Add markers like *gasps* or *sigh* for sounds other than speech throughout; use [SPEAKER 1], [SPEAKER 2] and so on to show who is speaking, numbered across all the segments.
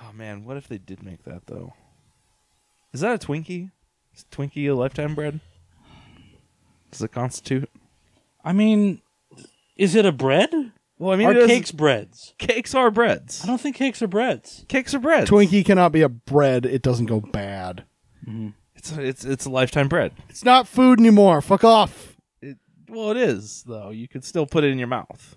[SPEAKER 1] Oh man, what if they did make that though? Is that a Twinkie? Is Twinkie a lifetime bread? Does it constitute?
[SPEAKER 2] I mean, is it a bread?
[SPEAKER 1] Well, I
[SPEAKER 2] are
[SPEAKER 1] it doesn't-
[SPEAKER 2] cakes breads?
[SPEAKER 1] cakes are breads.
[SPEAKER 2] I don't think cakes are breads.
[SPEAKER 1] Cakes are breads.
[SPEAKER 3] Twinkie cannot be a bread. It doesn't go bad.
[SPEAKER 1] It's it's it's a lifetime bread.
[SPEAKER 3] It's not food anymore. Fuck off.
[SPEAKER 1] It, well, it is though. You could still put it in your mouth.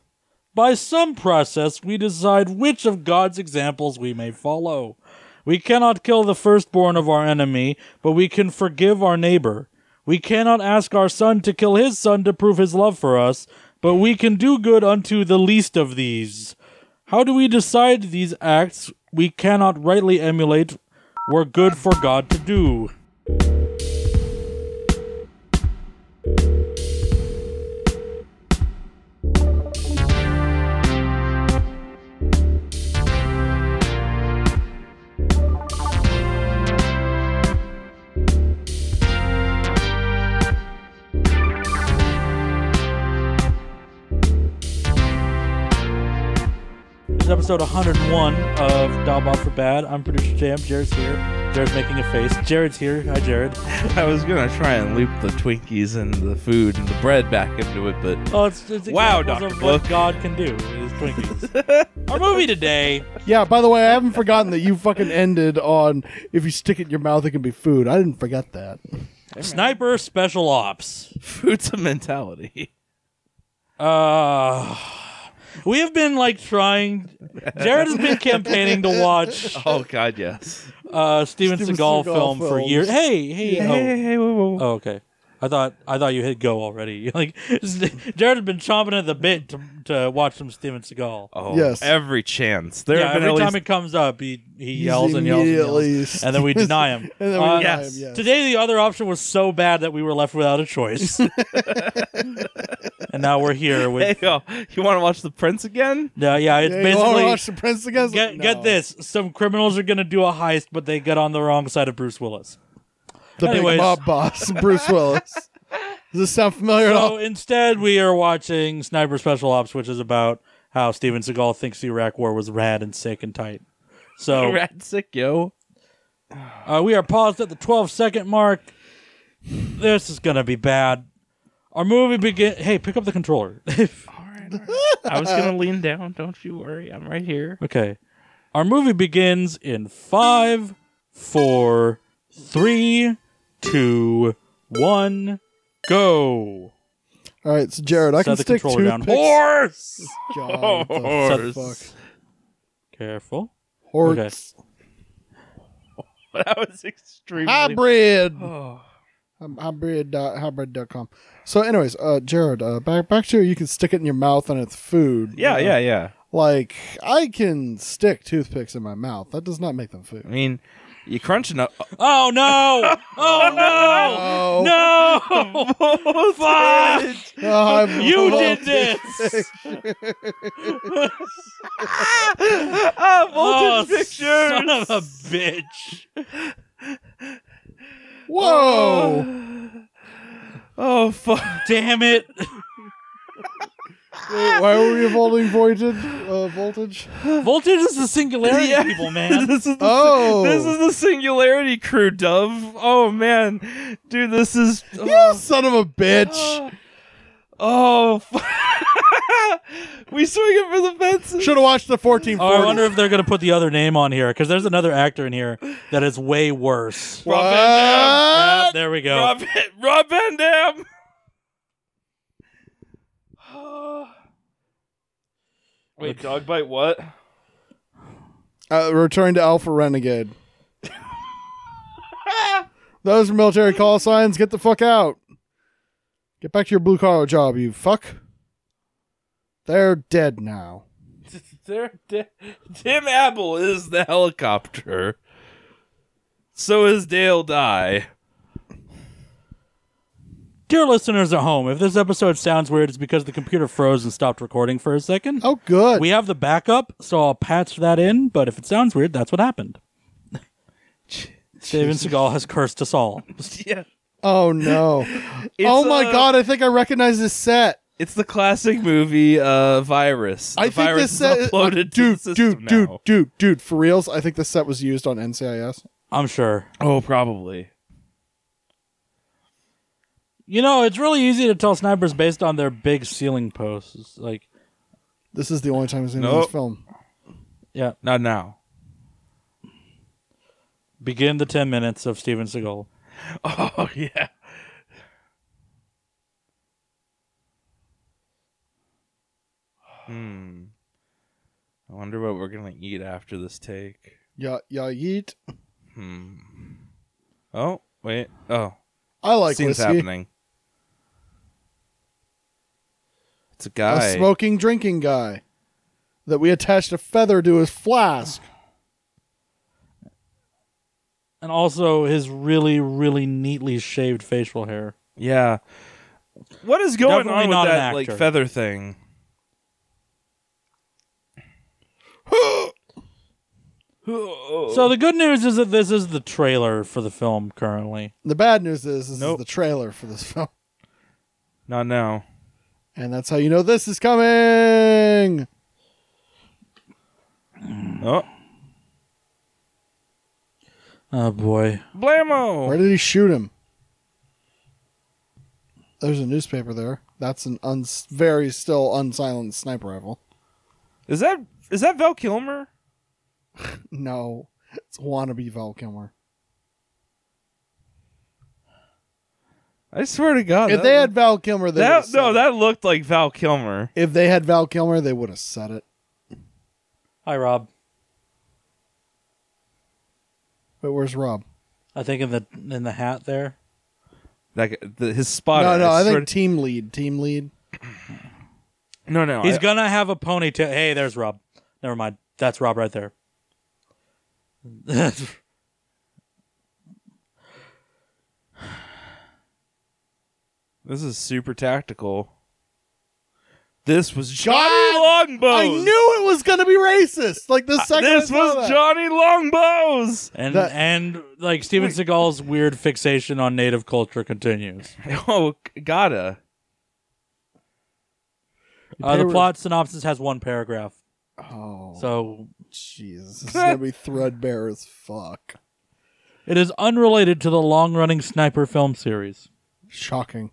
[SPEAKER 2] By some process, we decide which of God's examples we may follow. We cannot kill the firstborn of our enemy, but we can forgive our neighbor. We cannot ask our son to kill his son to prove his love for us, but we can do good unto the least of these. How do we decide these acts we cannot rightly emulate were good for God to do? This is episode 101 of Dobbot for Bad. I'm producer Jam. Jared's here. Jared's making a face. Jared's here. Hi, Jared.
[SPEAKER 1] I was gonna try and loop the Twinkies and the food and the bread back into it, but *laughs*
[SPEAKER 2] Oh, it's, it's
[SPEAKER 1] Wow,
[SPEAKER 2] examples
[SPEAKER 1] Dr.
[SPEAKER 2] of what
[SPEAKER 1] Book.
[SPEAKER 2] God can do is Twinkies. Our movie today.
[SPEAKER 3] Yeah, by the way, I haven't forgotten that you fucking ended on if you stick it in your mouth, it can be food. I didn't forget that.
[SPEAKER 2] Sniper Special Ops.
[SPEAKER 1] food's a mentality. *laughs*
[SPEAKER 2] Uh, we have been like trying. Jared has been campaigning to watch
[SPEAKER 1] Oh God, yes.
[SPEAKER 2] uh, Steven,
[SPEAKER 3] Steven
[SPEAKER 2] Seagal,
[SPEAKER 3] Seagal
[SPEAKER 2] film for
[SPEAKER 3] films.
[SPEAKER 2] years. Hey, hey,
[SPEAKER 3] Yeah.
[SPEAKER 2] oh.
[SPEAKER 1] hey, whoa, whoa.
[SPEAKER 2] oh, okay. I thought I thought you hit go already. *laughs* Like Jared had been chomping at the bit to, to watch some Steven Seagal.
[SPEAKER 1] Oh,
[SPEAKER 3] Yes.
[SPEAKER 1] Every chance there
[SPEAKER 2] yeah,
[SPEAKER 1] have been
[SPEAKER 2] every
[SPEAKER 1] at
[SPEAKER 2] time
[SPEAKER 1] least-
[SPEAKER 2] it comes up, he, he
[SPEAKER 3] He's
[SPEAKER 2] yells and yells and yells,
[SPEAKER 3] immediately-
[SPEAKER 2] and then we deny him.
[SPEAKER 3] *laughs* And then we
[SPEAKER 2] Uh,
[SPEAKER 3] deny him,
[SPEAKER 1] yes.
[SPEAKER 3] yes.
[SPEAKER 2] Today, the other option was so bad that we were left without a
[SPEAKER 3] *laughs*
[SPEAKER 2] choice. and now we're here
[SPEAKER 1] *laughs* Hey,
[SPEAKER 2] with.
[SPEAKER 1] yo, you want to watch The Prince again?
[SPEAKER 2] No, yeah, it's
[SPEAKER 3] Yeah, you wanna watch
[SPEAKER 2] basically.
[SPEAKER 3] the Prince again?
[SPEAKER 2] Get,
[SPEAKER 3] No.
[SPEAKER 2] get this. Some criminals are going to do a heist, but they get on the wrong side of Bruce Willis.
[SPEAKER 3] The
[SPEAKER 2] Anyways.
[SPEAKER 3] big mob boss, *laughs* Bruce Willis. Does this sound familiar at
[SPEAKER 2] So
[SPEAKER 3] all?
[SPEAKER 2] instead, we are watching Sniper Special Ops, which is about how Steven Seagal thinks the Iraq War was rad and sick and tight.
[SPEAKER 1] *laughs*
[SPEAKER 2] So
[SPEAKER 1] Rat sick, yo.
[SPEAKER 2] Uh, we are paused at the 12 second mark. This is going to be bad. Our movie begin. Hey, pick up the controller. *laughs*
[SPEAKER 1] I was *laughs* gonna lean down. Don't you worry, I'm right here.
[SPEAKER 2] okay. Our movie begins in five, four, three, two, one, go.
[SPEAKER 3] All right, so Jared, I can
[SPEAKER 2] Set the
[SPEAKER 3] stick
[SPEAKER 2] controller down.
[SPEAKER 3] toothpicks.
[SPEAKER 1] *laughs*
[SPEAKER 2] Horse!
[SPEAKER 3] God, what the fuck?
[SPEAKER 1] Horse.
[SPEAKER 2] Careful.
[SPEAKER 3] Horse.
[SPEAKER 1] That was extremely. *sighs*
[SPEAKER 3] Hybrid.
[SPEAKER 1] Oh.
[SPEAKER 3] Um, hybrid dot hybrid.com. So, anyways, uh, Jared, uh, back back to you can stick it in your mouth and it's food.
[SPEAKER 1] Yeah, yeah, yeah.
[SPEAKER 3] Like I can stick toothpicks in my mouth. That does not make them
[SPEAKER 1] I
[SPEAKER 3] food.
[SPEAKER 1] mean, you crunch *laughs* enough.
[SPEAKER 2] Oh, no! Oh, no!
[SPEAKER 3] Oh, *laughs*
[SPEAKER 1] *laughs* Oh,
[SPEAKER 2] No! Fuck!
[SPEAKER 3] I'm
[SPEAKER 2] You did
[SPEAKER 3] revolted.
[SPEAKER 2] this!
[SPEAKER 1] ah,
[SPEAKER 2] Oh,
[SPEAKER 1] voltage pictures.
[SPEAKER 2] son of a bitch.
[SPEAKER 3] Whoa!
[SPEAKER 2] Oh.
[SPEAKER 1] *sighs* Oh fuck!
[SPEAKER 2] Damn it.
[SPEAKER 3] Wait, why were we evolving voltage? Uh, voltage?
[SPEAKER 2] *laughs* Voltage is the singularity,
[SPEAKER 1] Yeah.
[SPEAKER 2] people, man.
[SPEAKER 1] *laughs* this is the,
[SPEAKER 3] Oh,
[SPEAKER 1] this is the Singularity Crew, Dove. Oh man, dude, this *laughs* is. Oh,
[SPEAKER 3] you son of a bitch!
[SPEAKER 1] Oh, oh *laughs* fu- we swing it for the fences.
[SPEAKER 3] Should have watched the 1440.
[SPEAKER 2] Oh, I wonder if they're going to put the other name on here because there's another actor in here that is way worse.
[SPEAKER 1] Rob Van
[SPEAKER 3] What?
[SPEAKER 2] Ah, there we go.
[SPEAKER 1] Rob, Rob Van Dam. *sighs* Wait, dog bite what? *laughs*
[SPEAKER 3] Uh, return to Alpha Renegade. *laughs* Those are military call signs. Get the fuck out. Get back to your blue collar job, you fuck. They're dead now.
[SPEAKER 1] There, Ti- Tim Apple is the helicopter. So is Dale Die. *laughs*
[SPEAKER 2] Dear listeners at home, if this episode sounds weird, it's because the computer froze and stopped recording for a second.
[SPEAKER 3] Oh, good.
[SPEAKER 2] We have the backup, so I'll patch that in, but if it sounds weird, that's what happened. Steven Seagal has cursed us all.
[SPEAKER 1] Yeah.
[SPEAKER 3] oh no.
[SPEAKER 1] *laughs* It's,
[SPEAKER 3] oh my
[SPEAKER 1] uh,
[SPEAKER 3] god! I think I recognize this set.
[SPEAKER 1] It's the classic movie uh, virus. The
[SPEAKER 3] I think
[SPEAKER 1] virus
[SPEAKER 3] this set,
[SPEAKER 1] is
[SPEAKER 3] uh,
[SPEAKER 1] uploaded
[SPEAKER 3] dude,
[SPEAKER 1] to the system
[SPEAKER 3] dude, dude,
[SPEAKER 1] now.
[SPEAKER 3] dude, dude. For reals, I think this set was used on NCIS.
[SPEAKER 2] I'm sure.
[SPEAKER 1] Oh, probably.
[SPEAKER 2] You know, it's really easy to tell snipers based on their big ceiling posts. Like,
[SPEAKER 3] This is the only time I've seen it in
[SPEAKER 1] Nope.
[SPEAKER 3] this film.
[SPEAKER 2] yeah,
[SPEAKER 1] Not now.
[SPEAKER 2] begin the 10 minutes of Steven Seagal. *laughs*
[SPEAKER 1] Oh yeah. Hmm. I wonder what we're gonna eat after this take.
[SPEAKER 3] Yeah, yeah, yeet.
[SPEAKER 1] Hmm. Oh wait. Oh,
[SPEAKER 3] I like
[SPEAKER 1] scene's
[SPEAKER 3] whiskey.
[SPEAKER 1] happening. It's a guy.
[SPEAKER 3] A smoking, drinking guy that we attached a feather to his flask.
[SPEAKER 2] And also his really, really neatly shaved facial hair.
[SPEAKER 1] yeah. What is going
[SPEAKER 2] Definitely
[SPEAKER 1] on with
[SPEAKER 2] not an
[SPEAKER 1] that like
[SPEAKER 2] actor.
[SPEAKER 1] feather
[SPEAKER 3] *gasps*
[SPEAKER 1] thing?
[SPEAKER 2] So the good news is that this is the trailer for the film currently.
[SPEAKER 3] The bad news is this
[SPEAKER 1] Nope.
[SPEAKER 3] is the trailer for this *laughs* film,
[SPEAKER 1] Not now.
[SPEAKER 3] and that's how you know this is coming.
[SPEAKER 1] Oh,
[SPEAKER 2] Oh boy.
[SPEAKER 1] blammo!
[SPEAKER 3] Where did he shoot him? There's a newspaper there. That's an un- very still unsilenced sniper rifle.
[SPEAKER 1] Is that is that Val Kilmer?
[SPEAKER 3] No, it's wannabe Val Kilmer.
[SPEAKER 1] I swear to God,
[SPEAKER 3] If
[SPEAKER 1] Oh, that
[SPEAKER 3] they
[SPEAKER 1] looked-
[SPEAKER 3] had Val Kilmer, they
[SPEAKER 1] that
[SPEAKER 3] would've said
[SPEAKER 1] no,
[SPEAKER 3] it.
[SPEAKER 1] that looked like Val Kilmer.
[SPEAKER 3] If they had Val Kilmer, they would have said it.
[SPEAKER 2] Hi Rob.
[SPEAKER 3] But where's Rob?
[SPEAKER 2] I think in the in the hat there.
[SPEAKER 1] That g- the, his spotter.
[SPEAKER 3] no, no, I
[SPEAKER 1] swear
[SPEAKER 3] think team lead, team lead.
[SPEAKER 1] to- no, no.
[SPEAKER 2] He's
[SPEAKER 1] Oh, I-
[SPEAKER 2] gonna have a ponytail. Hey, there's Rob. Never mind. That's Rob right there. *laughs*
[SPEAKER 1] This is super tactical. This was Johnny
[SPEAKER 3] God!
[SPEAKER 1] Longbows.
[SPEAKER 3] I knew it was gonna be racist. Like the second
[SPEAKER 1] Uh, this
[SPEAKER 3] I saw
[SPEAKER 1] was
[SPEAKER 3] that.
[SPEAKER 1] Johnny Longbows.
[SPEAKER 2] and
[SPEAKER 3] That-
[SPEAKER 2] and like Steven Seagal's weird fixation on native culture continues.
[SPEAKER 1] *laughs* Oh, g- gotta. *laughs*
[SPEAKER 2] Uh, the
[SPEAKER 3] They were-
[SPEAKER 2] plot synopsis has one paragraph.
[SPEAKER 3] Oh,
[SPEAKER 2] So
[SPEAKER 3] jeez, this is gonna be threadbare as fuck.
[SPEAKER 2] it is unrelated to the long running sniper film series.
[SPEAKER 3] Shocking.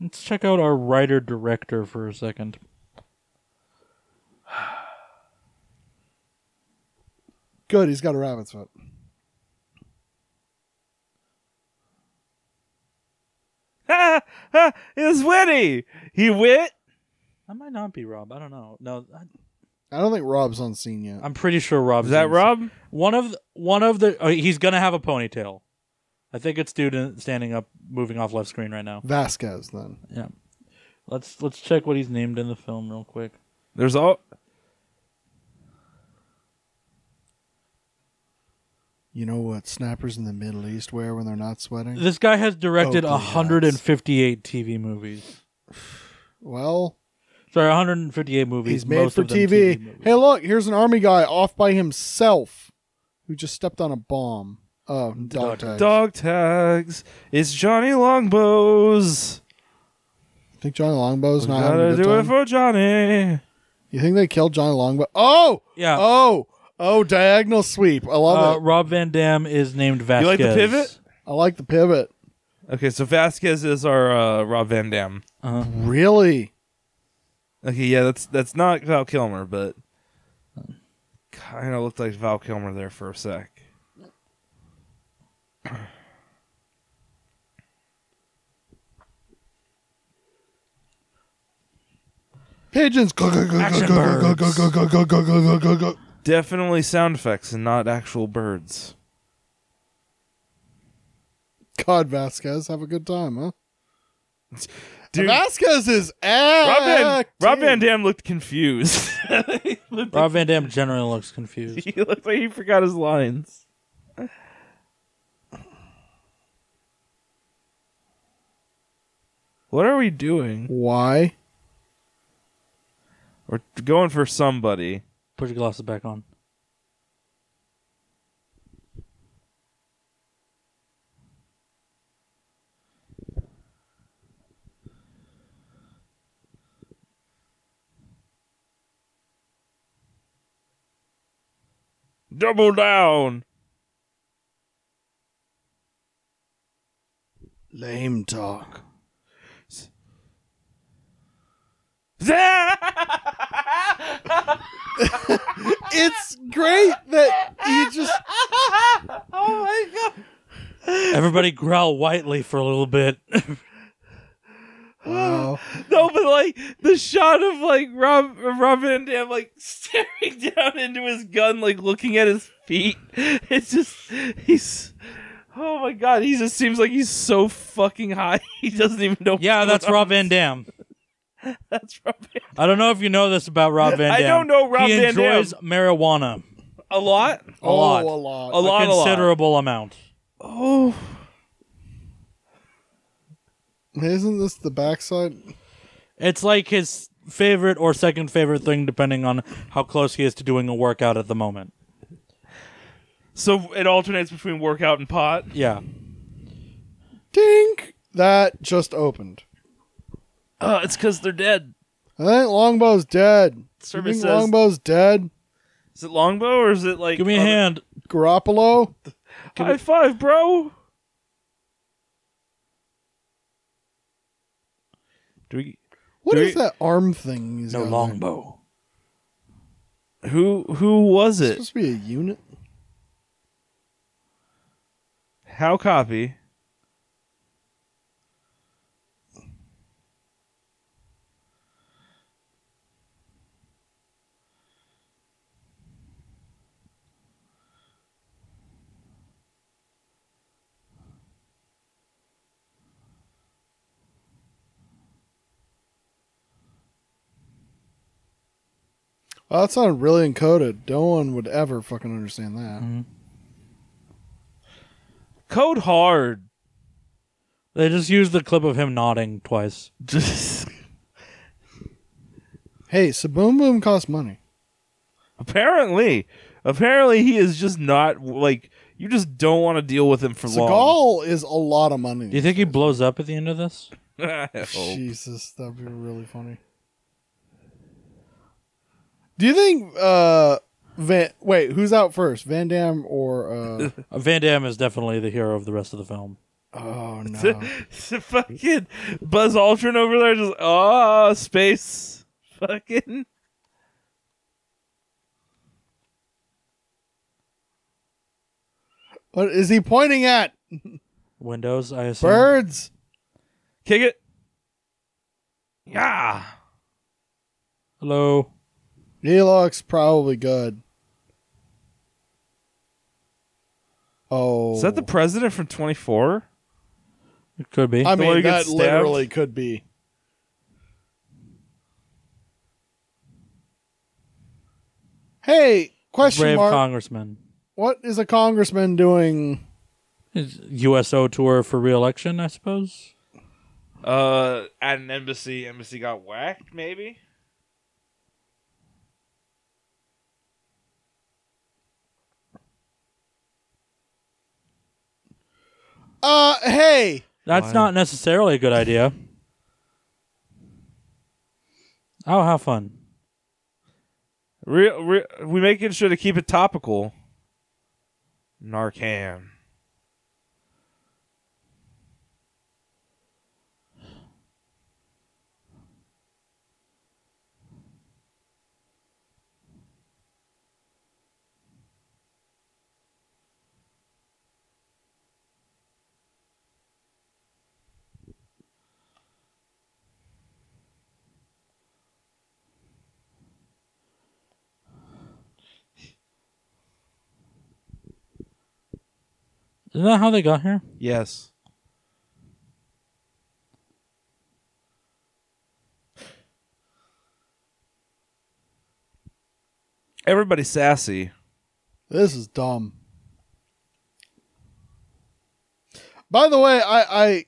[SPEAKER 2] Let's check out our writer director for a second.
[SPEAKER 3] Good, he's got a rabbit's foot.
[SPEAKER 1] Ha ha! It's witty. He wit.
[SPEAKER 2] That might not be Rob. I don't know. No, I-
[SPEAKER 3] I don't think Rob's on scene yet.
[SPEAKER 2] I'm pretty sure Rob's
[SPEAKER 1] Is that
[SPEAKER 2] in-
[SPEAKER 1] Rob?
[SPEAKER 2] One of the, one of the oh, he's gonna have a ponytail. I think it's dude in- standing up, moving off left screen right now.
[SPEAKER 3] Vasquez then.
[SPEAKER 2] Yeah. Let's let's check what he's named in the film real quick.
[SPEAKER 1] There's all.
[SPEAKER 3] You know what snappers in the Middle East wear when they're not sweating?
[SPEAKER 2] This guy has directed
[SPEAKER 1] Oh,
[SPEAKER 3] Oakley Heights.
[SPEAKER 2] 158 TV movies.
[SPEAKER 3] Well,
[SPEAKER 2] Sorry, 158 movies.
[SPEAKER 3] he's made
[SPEAKER 2] most
[SPEAKER 3] for
[SPEAKER 2] of them
[SPEAKER 3] TV.
[SPEAKER 2] movies.
[SPEAKER 3] Hey, look, here's an army guy off by himself who just stepped on a bomb. Oh, dog tags.
[SPEAKER 1] Dog tags. It's Johnny Longbows.
[SPEAKER 3] Think Johnny Longbow's
[SPEAKER 1] We
[SPEAKER 3] not having a
[SPEAKER 1] gotta
[SPEAKER 3] good
[SPEAKER 1] do it
[SPEAKER 3] time?
[SPEAKER 1] for Johnny.
[SPEAKER 3] you think they killed Johnny Longbow? Oh,
[SPEAKER 2] Yeah.
[SPEAKER 3] Oh, oh, diagonal sweep. I love
[SPEAKER 2] Uh,
[SPEAKER 3] it.
[SPEAKER 2] Rob Van Dam is named Vasquez.
[SPEAKER 1] like the pivot?
[SPEAKER 3] I like the pivot.
[SPEAKER 1] Okay, so Vasquez is our uh, Rob Van Dam.
[SPEAKER 2] Uh-huh.
[SPEAKER 3] Really?
[SPEAKER 1] Okay, yeah, that's that's not Val Kilmer, but kind of looked like Val Kilmer there for a sec.
[SPEAKER 3] Pigeons.
[SPEAKER 2] Action birds.
[SPEAKER 1] Definitely sound effects and not actual birds.
[SPEAKER 3] God, Vasquez, have a good time, huh?
[SPEAKER 1] Dude, Rob
[SPEAKER 3] Vasquez is acting.
[SPEAKER 1] Van, Rob Van Dam looked confused. *laughs* he, looked,
[SPEAKER 2] Rob Van Dam generally looks confused.
[SPEAKER 1] *laughs* he looked like he forgot his lines. What are we doing?
[SPEAKER 3] Why?
[SPEAKER 1] We're going for somebody.
[SPEAKER 2] Put your glasses back on.
[SPEAKER 1] Double down. *laughs*
[SPEAKER 3] Lame talk. It's great that you just
[SPEAKER 1] Oh
[SPEAKER 2] Everybody growl whitely for a little bit.
[SPEAKER 3] wow.
[SPEAKER 1] No, but like the shot of like Rob Rob Van Dam like *laughs* staring down into his gun, like looking at his feet. It's just he's oh my god, he just seems like he's so fucking high *laughs* he doesn't even know.
[SPEAKER 2] *laughs* yeah,
[SPEAKER 1] what's
[SPEAKER 2] that's
[SPEAKER 1] going
[SPEAKER 2] Rob Van Dam.
[SPEAKER 1] on. That's Rob. Van-
[SPEAKER 2] I don't know if you know this about Rob Van Dam.
[SPEAKER 1] I don't know Rob
[SPEAKER 2] he
[SPEAKER 1] Van
[SPEAKER 2] enjoys marijuana
[SPEAKER 1] A lot.
[SPEAKER 2] a lot,
[SPEAKER 3] *sighs* Oh, a lot.
[SPEAKER 1] A lot,
[SPEAKER 2] a considerable amount.
[SPEAKER 1] Oh,
[SPEAKER 3] Isn't this the backside?
[SPEAKER 2] It's like his favorite or second favorite thing, depending on how close he is to doing a workout at the moment.
[SPEAKER 1] so it alternates between workout and pot.
[SPEAKER 2] Yeah,
[SPEAKER 3] Dink! That just opened.
[SPEAKER 1] Uh, it's because they're dead.
[SPEAKER 3] I think Longbow's dead.
[SPEAKER 1] Survey
[SPEAKER 3] you think
[SPEAKER 1] says-
[SPEAKER 3] Longbow's dead?
[SPEAKER 1] Is it longbow or is it like
[SPEAKER 2] give me a
[SPEAKER 1] other-
[SPEAKER 2] hand.
[SPEAKER 3] Garoppolo?
[SPEAKER 1] High five, bro. Do we?
[SPEAKER 3] What
[SPEAKER 1] Do
[SPEAKER 3] is
[SPEAKER 1] we-
[SPEAKER 3] that arm thing? he's
[SPEAKER 2] No
[SPEAKER 3] got there?
[SPEAKER 2] longbow.
[SPEAKER 1] Who who was
[SPEAKER 3] It's
[SPEAKER 1] it?
[SPEAKER 3] supposed to be a unit.
[SPEAKER 1] How copy?
[SPEAKER 3] Well, that sounded really encoded. No one would ever fucking understand that.
[SPEAKER 1] Code hard. *laughs*
[SPEAKER 2] They just used the clip of him nodding twice.
[SPEAKER 1] Just
[SPEAKER 3] Hey, Saboom Boom costs money.
[SPEAKER 1] apparently, apparently he is just not like you. Just don't want to deal with him for long.
[SPEAKER 3] Seagal is a lot of money. Oh,
[SPEAKER 2] Do you think he blows up at the end of this?
[SPEAKER 1] I hope. *laughs*
[SPEAKER 3] Jesus, that'd be really funny. Do you think uh Van wait, who's out first? Van Damme or uh
[SPEAKER 2] Uh, Van Damme is definitely the hero of the rest of the film.
[SPEAKER 3] Oh no.
[SPEAKER 1] The *laughs* fucking Buzz Aldrin over there just ah space fucking
[SPEAKER 3] What is he pointing at?
[SPEAKER 2] Windows, I assume.
[SPEAKER 3] Birds.
[SPEAKER 1] kick it. Yeah.
[SPEAKER 2] Hello.
[SPEAKER 3] He looks probably good. Oh.
[SPEAKER 1] Is that the president from Twenty Four?
[SPEAKER 2] It could be.
[SPEAKER 3] I
[SPEAKER 1] the one who
[SPEAKER 3] mean, that
[SPEAKER 1] gets stabbed?
[SPEAKER 3] literally could be. Hey, question
[SPEAKER 2] Brave
[SPEAKER 3] mark.
[SPEAKER 2] congressman.
[SPEAKER 3] what is a congressman doing?
[SPEAKER 2] His USO tour for re-election, I suppose.
[SPEAKER 1] Uh, at an embassy, embassy got whacked. Maybe.
[SPEAKER 3] Uh, hey,
[SPEAKER 2] That's
[SPEAKER 1] Why?
[SPEAKER 2] not necessarily a good idea. Oh, how fun.
[SPEAKER 1] Real, real, we making sure to keep it topical. Narcan.
[SPEAKER 2] Isn't that how they got here?
[SPEAKER 1] Yes. Everybody's sassy.
[SPEAKER 3] this is dumb. By the way, I I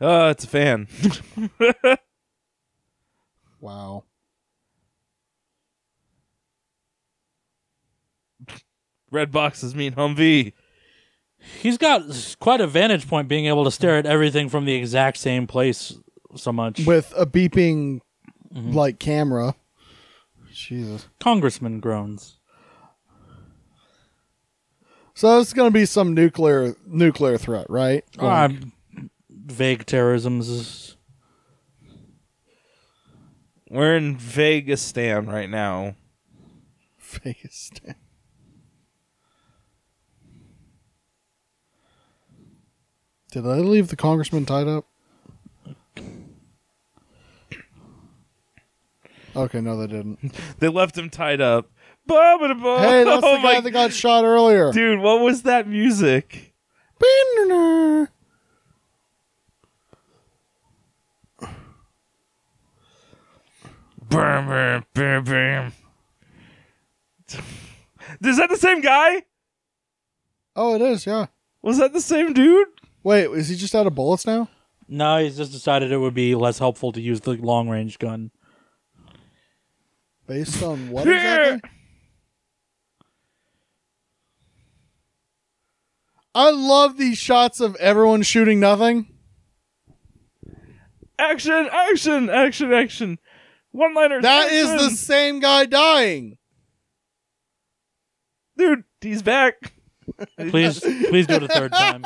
[SPEAKER 1] Uh, it's a fan. *laughs*
[SPEAKER 3] wow.
[SPEAKER 1] Red boxes mean Humvee.
[SPEAKER 2] He's got s- quite a vantage point being able to stare at everything from the exact same place so much.
[SPEAKER 3] with a beeping
[SPEAKER 1] Mm-hmm.
[SPEAKER 3] like camera. Jesus.
[SPEAKER 2] Congressman groans.
[SPEAKER 3] So it's going to be some nuclear nuclear threat, right?
[SPEAKER 2] Ah, vague terrorism is
[SPEAKER 1] We're in Vegas Stan right now.
[SPEAKER 3] Vegas. damn. *laughs* Did I leave the congressman tied up? Okay, no, they didn't.
[SPEAKER 1] *laughs* They left him tied up. Bah, bah, bah.
[SPEAKER 3] Hey,
[SPEAKER 1] *laughs*
[SPEAKER 3] that's
[SPEAKER 1] oh
[SPEAKER 3] the
[SPEAKER 1] my
[SPEAKER 3] guy that got shot earlier.
[SPEAKER 1] dude, what was that music? Brum, brum, brum, brum. Is that the same guy?
[SPEAKER 3] Oh, it is, yeah.
[SPEAKER 1] Was that the same dude?
[SPEAKER 3] Wait, is he just out of bullets now?
[SPEAKER 2] No, he's just decided it would be less helpful to use the long range gun.
[SPEAKER 3] Based on what
[SPEAKER 1] Here.
[SPEAKER 3] exactly? I love these shots of everyone shooting nothing.
[SPEAKER 1] Action, action, action, action. One liner.
[SPEAKER 3] That is the same guy dying. *laughs*
[SPEAKER 1] dude. He's back.
[SPEAKER 2] Please, please do it a third time.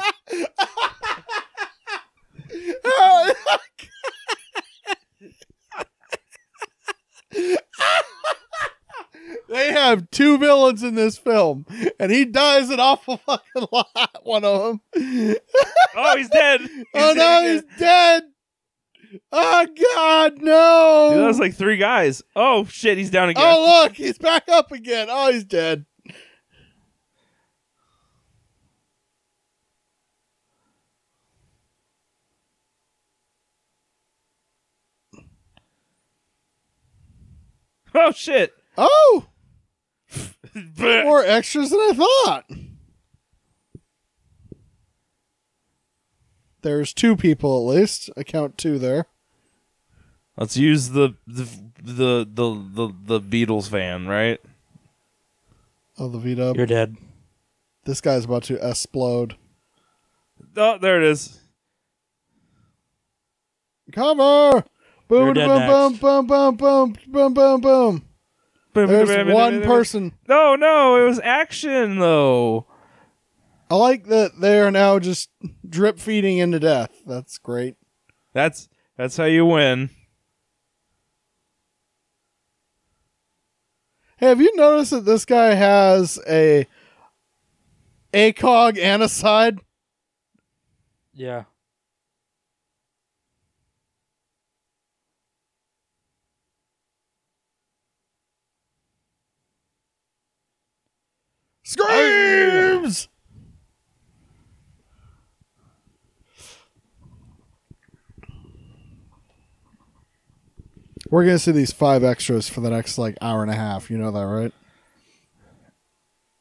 [SPEAKER 3] they have two villains in this film, and he dies an awful fucking lot. One of
[SPEAKER 1] *laughs*
[SPEAKER 3] them.
[SPEAKER 1] Oh, he's
[SPEAKER 3] *laughs*
[SPEAKER 1] dead.
[SPEAKER 3] Oh
[SPEAKER 1] He's
[SPEAKER 3] no,
[SPEAKER 1] dead
[SPEAKER 3] he's
[SPEAKER 1] again.
[SPEAKER 3] dead. Oh God, no!
[SPEAKER 1] Dude, that was like three guys. Oh shit, he's down again.
[SPEAKER 3] oh look, he's back up again. Oh, he's dead.
[SPEAKER 1] *laughs* Oh shit.
[SPEAKER 3] Oh,
[SPEAKER 1] Bleh.
[SPEAKER 3] more extras than I thought. There's two people at least. I count two there.
[SPEAKER 1] Let's use the the the the the, the Beatles van, right?
[SPEAKER 3] Oh, the Vita.
[SPEAKER 2] You're dead.
[SPEAKER 3] This guy's about to explode.
[SPEAKER 1] Oh, there it is.
[SPEAKER 3] Cover! Boom,
[SPEAKER 2] You're dead
[SPEAKER 3] boom,
[SPEAKER 2] next.
[SPEAKER 3] boom, boom, boom, boom, boom, boom.
[SPEAKER 1] Boom, boom,
[SPEAKER 3] There's
[SPEAKER 1] boom,
[SPEAKER 3] one
[SPEAKER 1] boom.
[SPEAKER 3] person.
[SPEAKER 1] No, no, it was action though.
[SPEAKER 3] I like that they are now just drip feeding into death. That's great.
[SPEAKER 1] That's that's how you win.
[SPEAKER 3] Hey, have you noticed that this guy has a ACOG and a side?
[SPEAKER 2] Yeah.
[SPEAKER 3] Screams! We're gonna see these five extras for the next like hour and a half. You know that, right?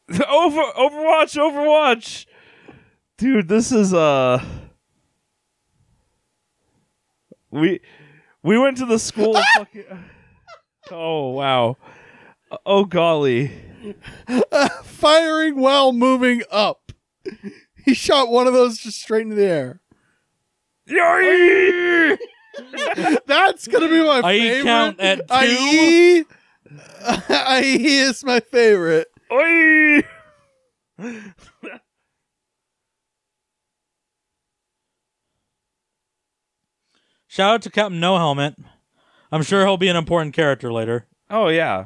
[SPEAKER 3] *laughs*
[SPEAKER 1] *laughs* Over Overwatch, Overwatch. Dude, this is uh We we went to the school of fucking *laughs* Oh wow. Oh golly.
[SPEAKER 3] Firing while moving up. He shot one of those just straight into the air.
[SPEAKER 1] Yoy!
[SPEAKER 3] That's gonna be my
[SPEAKER 2] I
[SPEAKER 3] favorite.
[SPEAKER 2] count at two.
[SPEAKER 3] *laughs* IE, IE is my favorite.
[SPEAKER 1] Oi!
[SPEAKER 2] Shout out to Captain No Helmet. I'm sure he'll be an important character later.
[SPEAKER 1] Oh yeah.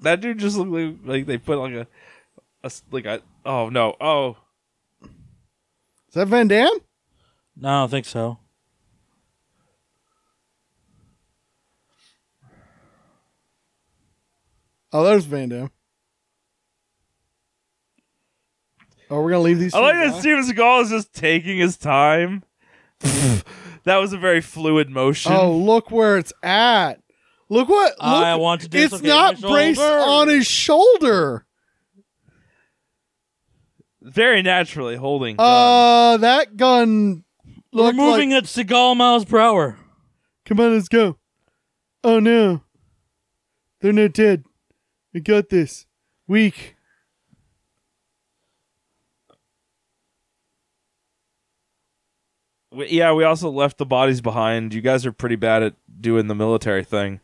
[SPEAKER 1] That dude just looked like, like they put like a, a s- like a oh no oh
[SPEAKER 3] Is that Van Damme?
[SPEAKER 2] No, I don't think so.
[SPEAKER 3] Oh, there's Van Damme. Oh, we're gonna leave these.
[SPEAKER 1] I
[SPEAKER 3] two
[SPEAKER 1] like that
[SPEAKER 3] *laughs* guys?
[SPEAKER 1] Steven Seagal is just taking his
[SPEAKER 3] *laughs*
[SPEAKER 1] time. that was a very fluid motion.
[SPEAKER 3] Oh, look where it's at. Look what. Look,
[SPEAKER 2] I want to
[SPEAKER 3] it's
[SPEAKER 2] dislocate
[SPEAKER 3] not
[SPEAKER 2] my shoulder.
[SPEAKER 3] braced on his shoulder.
[SPEAKER 1] very naturally holding. gun.
[SPEAKER 3] Uh, that gun.
[SPEAKER 2] We're
[SPEAKER 3] looked
[SPEAKER 2] moving at
[SPEAKER 3] like-
[SPEAKER 2] Seagal miles per hour.
[SPEAKER 3] Come on, let's go. Oh no, they're not dead. We got this. Weak.
[SPEAKER 1] we, yeah, we also left the bodies behind. You guys are pretty bad at doing the military thing.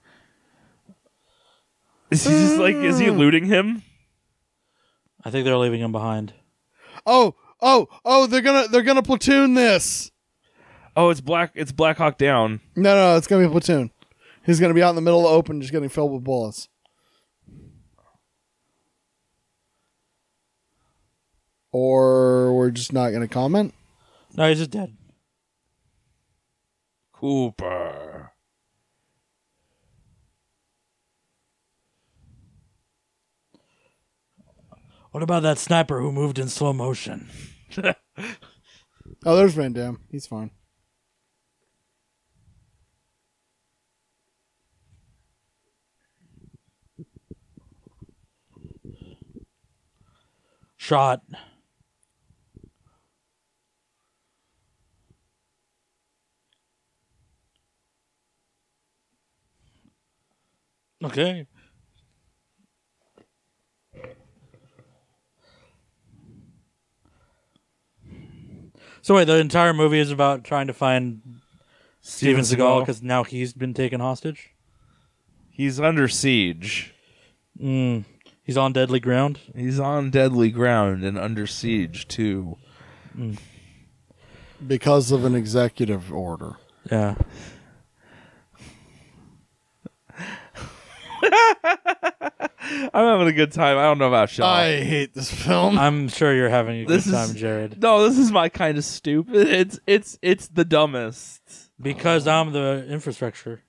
[SPEAKER 1] Is he just like, is he
[SPEAKER 3] Mm.
[SPEAKER 1] eluding him?
[SPEAKER 2] I think they're leaving him behind.
[SPEAKER 3] Oh, oh, oh! They're gonna they're gonna platoon this.
[SPEAKER 1] Oh, it's black. It's Black Hawk Down.
[SPEAKER 3] No, no, it's gonna be a platoon. He's gonna be out in the middle of the open, just getting filled with bullets. Or we're just not gonna comment.
[SPEAKER 2] No, he's just dead.
[SPEAKER 1] Cooper.
[SPEAKER 2] What about that sniper who moved in slow motion?
[SPEAKER 3] Oh, there's Van Dam. He's fine.
[SPEAKER 2] Shot. Okay. So wait, the entire movie is about trying to find Steven Seagal because now he's been taken hostage.
[SPEAKER 1] He's under siege.
[SPEAKER 2] Mm. He's on deadly ground.
[SPEAKER 1] He's on deadly ground and under siege too.
[SPEAKER 3] Because of an executive order.
[SPEAKER 2] Yeah.
[SPEAKER 1] I'm having a good time. I don't know about Shaw.
[SPEAKER 3] I hate this film.
[SPEAKER 2] I'm sure you're having a good
[SPEAKER 1] This is-
[SPEAKER 2] time, Jared.
[SPEAKER 1] no, this is my kind of stupid. *laughs* It's it's it's the dumbest.
[SPEAKER 2] Because I'm the infrastructure.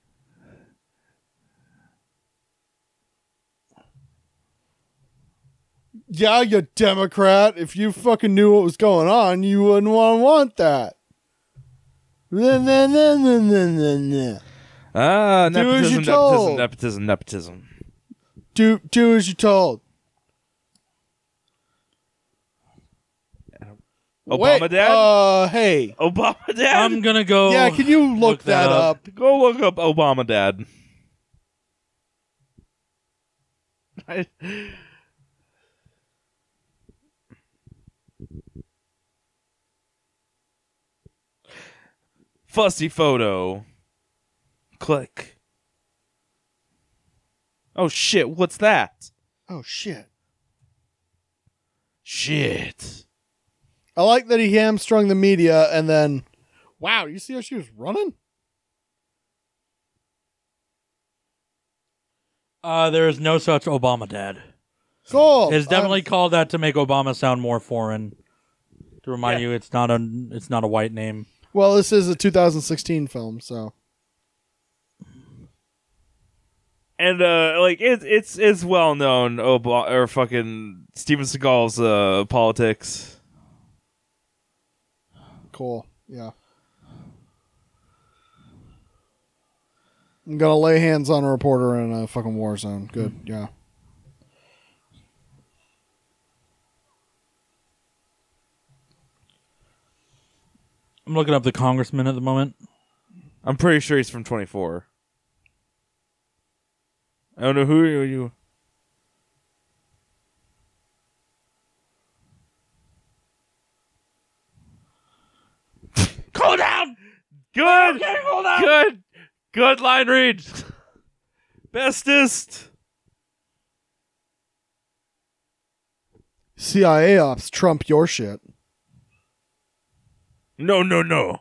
[SPEAKER 3] yeah, you Democrat. If you fucking knew what was going on, you wouldn't want want that. Nah, nah, nah, nah, nah, nah, nah.
[SPEAKER 1] Ah,
[SPEAKER 3] Do as
[SPEAKER 1] nepotism,
[SPEAKER 3] you're told.
[SPEAKER 1] nepotism, nepotism, nepotism.
[SPEAKER 3] Do do as you're told.
[SPEAKER 1] Obama
[SPEAKER 3] Wait,
[SPEAKER 1] dad.
[SPEAKER 3] Uh, hey.
[SPEAKER 1] Obama dad.
[SPEAKER 2] I'm gonna go.
[SPEAKER 3] yeah, can you look,
[SPEAKER 2] Oh, look
[SPEAKER 3] that,
[SPEAKER 2] that
[SPEAKER 3] up?
[SPEAKER 1] *laughs*
[SPEAKER 2] up.
[SPEAKER 1] Go look up Obama dad. *laughs* I, Fussy photo. Click. Oh shit, what's that?
[SPEAKER 3] Oh shit.
[SPEAKER 1] Shit.
[SPEAKER 3] I like that he hamstrung the media and then Wow, you see how she was running?
[SPEAKER 2] Uh, there is no such Obama dad.
[SPEAKER 3] Cool.
[SPEAKER 2] It's definitely
[SPEAKER 3] I'm-
[SPEAKER 2] called that to make Obama sound more foreign. To remind
[SPEAKER 1] Yeah.
[SPEAKER 2] you, it's not a it's not a white name.
[SPEAKER 3] Um, well, this is a 2016 film, so
[SPEAKER 1] and uh, like it's it's it's well known Ob- or fucking Steven Seagal's uh, politics.
[SPEAKER 3] cool. Yeah. I'm gonna lay hands on a reporter in a fucking war zone. Good, yeah.
[SPEAKER 2] I'm looking up the congressman at the moment.
[SPEAKER 1] I'm pretty sure he's from 24. I don't know who are you. *laughs*
[SPEAKER 2] Cool down.
[SPEAKER 1] Good, good, good line read. Bestest.
[SPEAKER 3] CIA ops trump your shit.
[SPEAKER 1] No, no, no.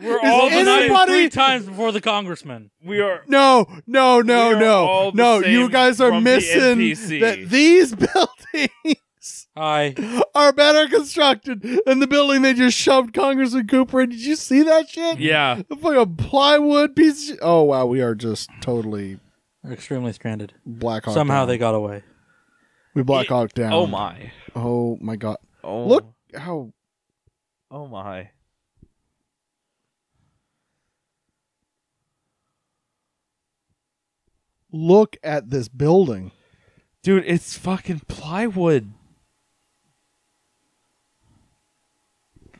[SPEAKER 1] We're all
[SPEAKER 2] All
[SPEAKER 1] the
[SPEAKER 2] the night
[SPEAKER 1] same.
[SPEAKER 3] anybody-
[SPEAKER 2] three times before the congressman.
[SPEAKER 1] We are
[SPEAKER 3] No, no,
[SPEAKER 1] We
[SPEAKER 3] no,
[SPEAKER 1] are
[SPEAKER 3] no.
[SPEAKER 1] all the
[SPEAKER 3] No, you
[SPEAKER 1] same
[SPEAKER 3] guys are
[SPEAKER 1] from the
[SPEAKER 3] missing
[SPEAKER 1] NPC.
[SPEAKER 3] that these *laughs* buildings
[SPEAKER 2] Hi.
[SPEAKER 3] are better constructed than the building they just shoved Congressman Cooper in. Did you see that shit?
[SPEAKER 1] Yeah.
[SPEAKER 3] It's like a plywood piece of shit. Oh, wow. We are just totally
[SPEAKER 2] They're extremely stranded.
[SPEAKER 3] Black Hawk
[SPEAKER 2] Somehow
[SPEAKER 3] down.
[SPEAKER 2] they got away.
[SPEAKER 3] We Black Hawk down.
[SPEAKER 1] Oh my.
[SPEAKER 3] Oh, my God.
[SPEAKER 1] Oh.
[SPEAKER 3] Look how.
[SPEAKER 1] Oh my.
[SPEAKER 3] Look at this building.
[SPEAKER 1] Dude, it's fucking plywood.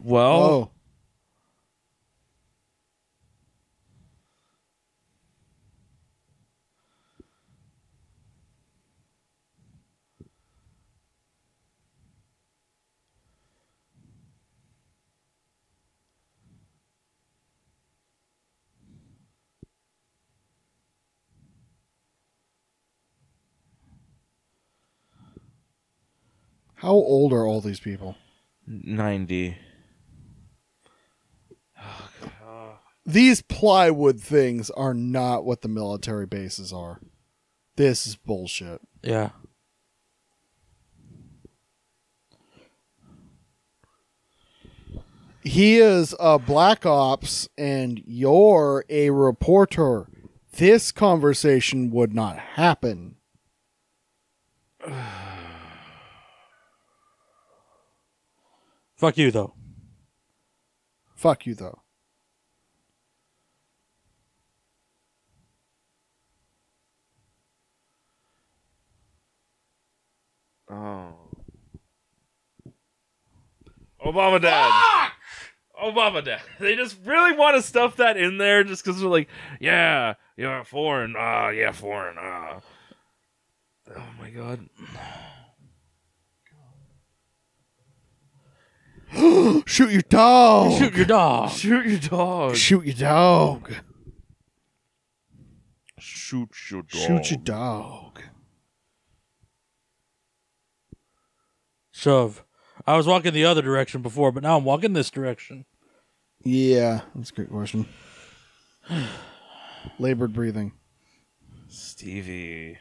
[SPEAKER 1] Well,
[SPEAKER 3] Oh. How old are all these people?
[SPEAKER 1] 90.
[SPEAKER 3] These plywood things are not what the military bases are. This is bullshit.
[SPEAKER 2] Yeah.
[SPEAKER 3] He is a black ops and you're a reporter. This conversation would not happen.
[SPEAKER 2] Fuck you though.
[SPEAKER 3] Fuck you though. *gasps*
[SPEAKER 1] Oh. Obama dad. Obama dad. *laughs* They just really want to stuff that in there just because they're like, yeah, yeah, foreign. Ah, yeah, foreign. Ah. Oh my god.
[SPEAKER 3] Shoot your dog.
[SPEAKER 2] Shoot your dog.
[SPEAKER 1] Shoot your dog.
[SPEAKER 3] *laughs* Oh. Shoot your dog.
[SPEAKER 1] Shoot your dog.
[SPEAKER 3] Shoot your dog.
[SPEAKER 2] Shove. I was walking the other direction before, but now I'm walking this direction.
[SPEAKER 3] Yeah, that's a great question. *sighs* Labored breathing.
[SPEAKER 1] Stevie.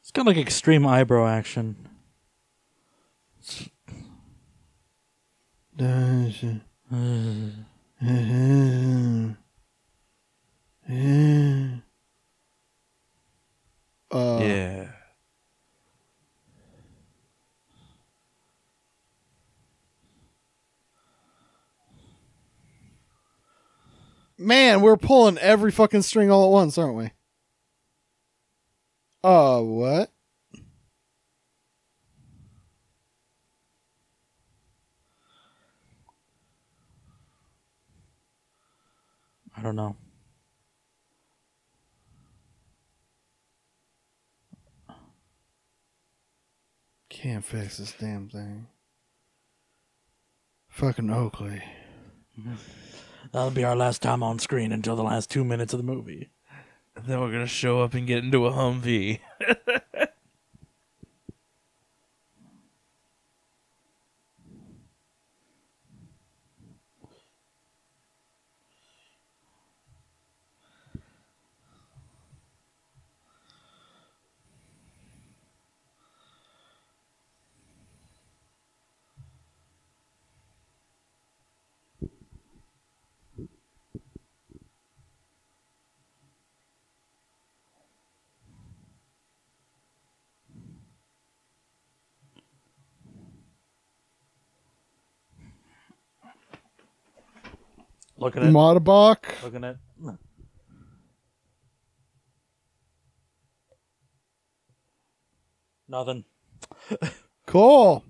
[SPEAKER 2] It's kind of like extreme eyebrow action.
[SPEAKER 3] Uh,
[SPEAKER 1] yeah.
[SPEAKER 3] Man, we're pulling every fucking string all at once, aren't we? Uh, what?
[SPEAKER 2] I don't know.
[SPEAKER 3] Can't fix this damn thing. Fucking Oakley.
[SPEAKER 2] That'll be our last time on screen until the last two minutes of the movie.
[SPEAKER 1] And then we're gonna show up and get into a Humvee.
[SPEAKER 2] Looking at
[SPEAKER 3] Modabok.
[SPEAKER 2] looking at nothing.
[SPEAKER 3] Cool.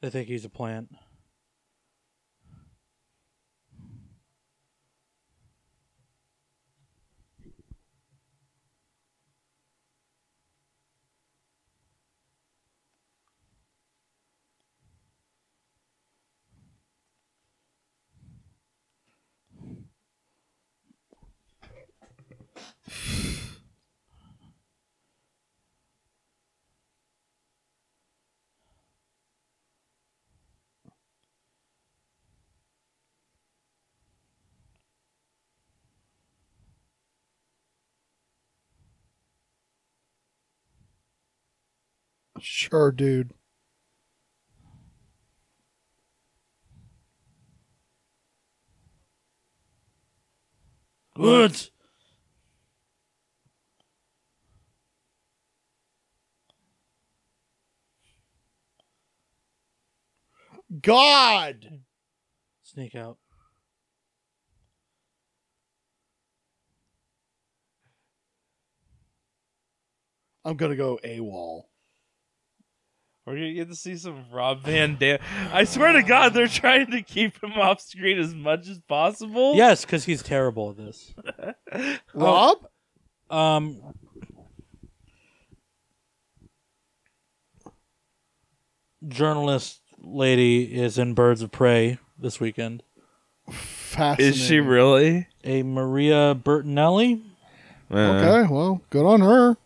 [SPEAKER 2] They think he's a plant.
[SPEAKER 3] Sure, dude.
[SPEAKER 2] Woods.
[SPEAKER 3] God.
[SPEAKER 2] Sneak out.
[SPEAKER 3] I'm gonna go AWOL.
[SPEAKER 1] We're gonna get to see some Rob Van Dam. I swear to God, they're trying to keep him off screen as much as possible.
[SPEAKER 2] Yes, because he's terrible at this.
[SPEAKER 1] Oh.
[SPEAKER 3] Rob?
[SPEAKER 2] Um, journalist lady is in Birds of Prey this weekend.
[SPEAKER 3] Fascinating.
[SPEAKER 1] Is she really?
[SPEAKER 2] A Maria Bertinelli.
[SPEAKER 3] Okay, well, good on her.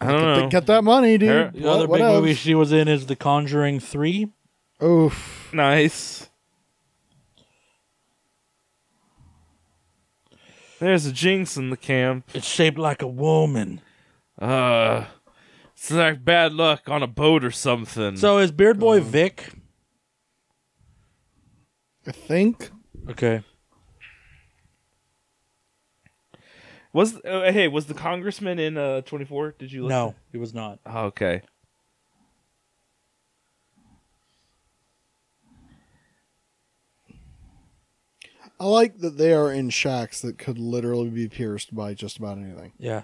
[SPEAKER 1] I don't know.
[SPEAKER 3] Get, get that money, dude.
[SPEAKER 1] Her-
[SPEAKER 2] The
[SPEAKER 3] What-
[SPEAKER 2] other
[SPEAKER 3] what
[SPEAKER 2] big
[SPEAKER 3] else?
[SPEAKER 2] movie she was in is The Conjuring Three.
[SPEAKER 3] Oof.
[SPEAKER 1] Nice. There's a jinx in the camp.
[SPEAKER 2] It's shaped like a woman.
[SPEAKER 1] Uh, it's like bad luck on a boat or something.
[SPEAKER 2] So is Beard
[SPEAKER 3] Oh.
[SPEAKER 2] Boy Vic?
[SPEAKER 3] I think.
[SPEAKER 2] Okay.
[SPEAKER 1] was uh, hey was the congressman in uh 24? Did you look?
[SPEAKER 2] No, he was not.
[SPEAKER 1] Oh, okay.
[SPEAKER 3] I like that they are in shacks that could literally be pierced by just about anything.
[SPEAKER 2] Yeah.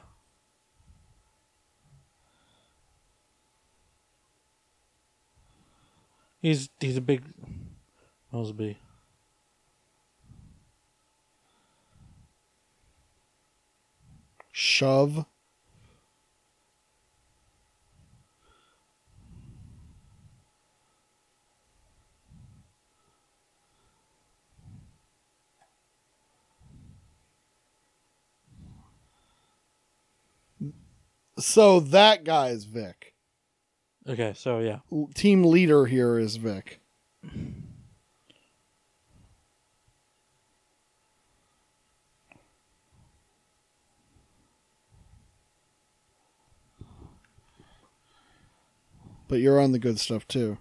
[SPEAKER 2] He's he's a big Mosby.
[SPEAKER 3] Shove. So that guy is Vic.
[SPEAKER 2] Okay, so yeah.
[SPEAKER 3] L- Team leader here is Vic. But you're on the good stuff too.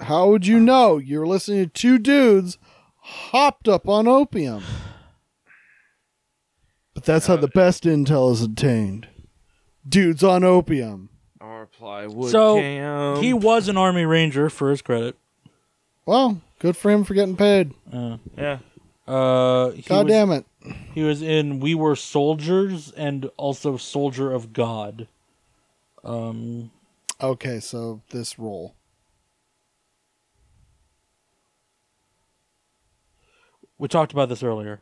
[SPEAKER 3] How would you know? You're listening to two dudes hopped up on opium. But that's how the best intel is obtained. Dudes on opium.
[SPEAKER 1] Our plywood
[SPEAKER 2] So,
[SPEAKER 1] camp.
[SPEAKER 2] he was an Army Ranger for his credit.
[SPEAKER 3] Well, good for him for getting paid.
[SPEAKER 2] Uh,
[SPEAKER 1] yeah.
[SPEAKER 2] uh, he
[SPEAKER 3] God
[SPEAKER 2] was,
[SPEAKER 3] damn it.
[SPEAKER 2] He was in We Were Soldiers and also Soldier of God. Um,
[SPEAKER 3] Okay, so this role.
[SPEAKER 2] we talked about this earlier.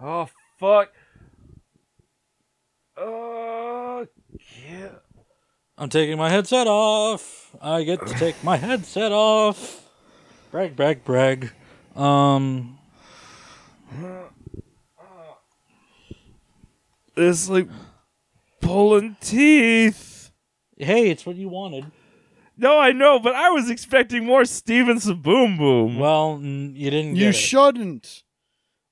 [SPEAKER 1] Oh fuck. Uh, yeah.
[SPEAKER 2] I'm taking my headset off. I get to take my headset off. Brag, brag, brag. Um,
[SPEAKER 1] It's like pulling teeth.
[SPEAKER 2] hey, it's what you wanted.
[SPEAKER 3] Mm-hmm.
[SPEAKER 1] No, I know, but I was expecting more Stevenson Boom Boom.
[SPEAKER 2] Well, n- you didn't.
[SPEAKER 3] you
[SPEAKER 2] get it.
[SPEAKER 3] shouldn't.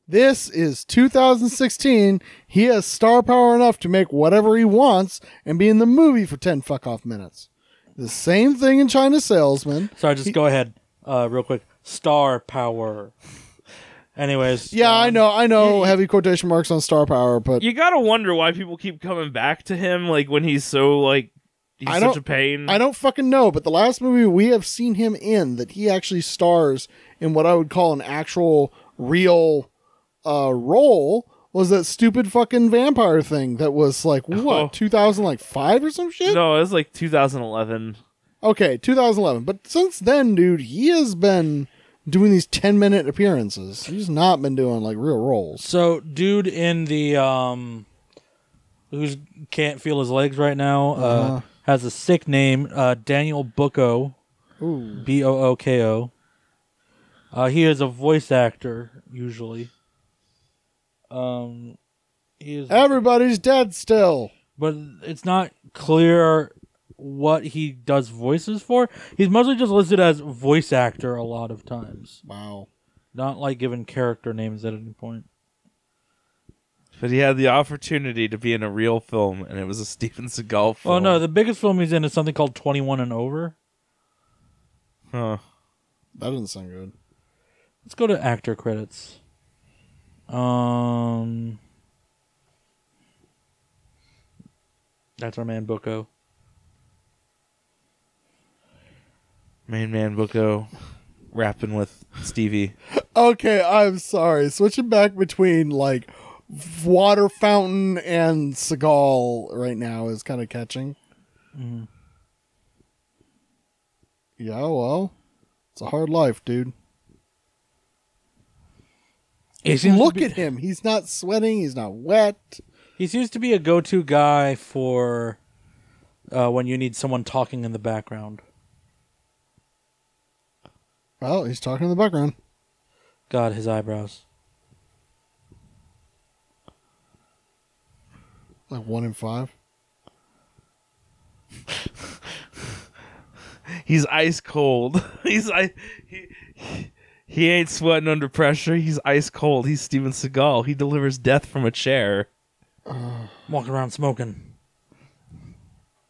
[SPEAKER 3] This is 2016. He has star power enough to make whatever he wants and be in the movie for 10 fuck off minutes. The same thing in China Salesman.
[SPEAKER 2] Sorry, just go ahead, uh, real quick. Star power. Anyways.
[SPEAKER 3] Yeah, I
[SPEAKER 2] um,
[SPEAKER 3] know, I know, heavy quotation marks on star power, but
[SPEAKER 1] you gotta wonder why people keep coming back to him, like when he's so like he's
[SPEAKER 3] I
[SPEAKER 1] such
[SPEAKER 3] don't-
[SPEAKER 1] a pain.
[SPEAKER 3] Mm-hmm. I don't fucking know, but the last movie we have seen him in that he actually stars in what I would call an actual real uh role was that stupid fucking vampire thing that was like
[SPEAKER 1] Oh.
[SPEAKER 3] what 2000 like 5 or some shit.
[SPEAKER 1] No, it was like 2011.
[SPEAKER 3] Okay, 2011. But since then, dude, he has been doing these 10-minute appearances. He's not been doing like real roles.
[SPEAKER 2] So, dude, in the um, who's can't feel his legs right now, uh,
[SPEAKER 3] Uh-huh.
[SPEAKER 2] has a sick name, uh, Daniel Bucco,
[SPEAKER 3] Ooh.
[SPEAKER 2] B O O K O. Uh, he is a voice actor usually. Um, he is,
[SPEAKER 3] Everybody's dead still.
[SPEAKER 2] but it's not clear what he does voices for. He's mostly just listed as voice actor a lot of times,
[SPEAKER 3] Wow.
[SPEAKER 2] not like given character names at any point.
[SPEAKER 1] But he had the opportunity to be in a real film, and it was a Steven Seagal film.
[SPEAKER 2] Oh no, the biggest film he's in is something called Twenty One and Over.
[SPEAKER 1] Huh.
[SPEAKER 3] That doesn't sound good.
[SPEAKER 2] Let's go to actor credits. Um, that's our man Bucco.
[SPEAKER 1] Main Man Bucco rapping with Stevie.
[SPEAKER 3] Okay, I'm sorry. Switching back between like f- water fountain and Seagal right now is kind of catching.
[SPEAKER 2] Mm-hmm.
[SPEAKER 3] Yeah, well, it's a hard life, dude.
[SPEAKER 2] He seems to
[SPEAKER 3] Look
[SPEAKER 2] be-
[SPEAKER 3] at him. He's not sweating. He's not wet.
[SPEAKER 2] He seems to be a go-to guy for uh, when you need someone talking in the background.
[SPEAKER 3] Well, he's talking in the background.
[SPEAKER 2] God, his eyebrows.
[SPEAKER 3] Like one in five.
[SPEAKER 1] He's ice cold. *laughs* He's I he, he ain't sweating under pressure. He's ice cold. He's Steven Seagal. He delivers death from a chair.
[SPEAKER 2] Walking around smoking.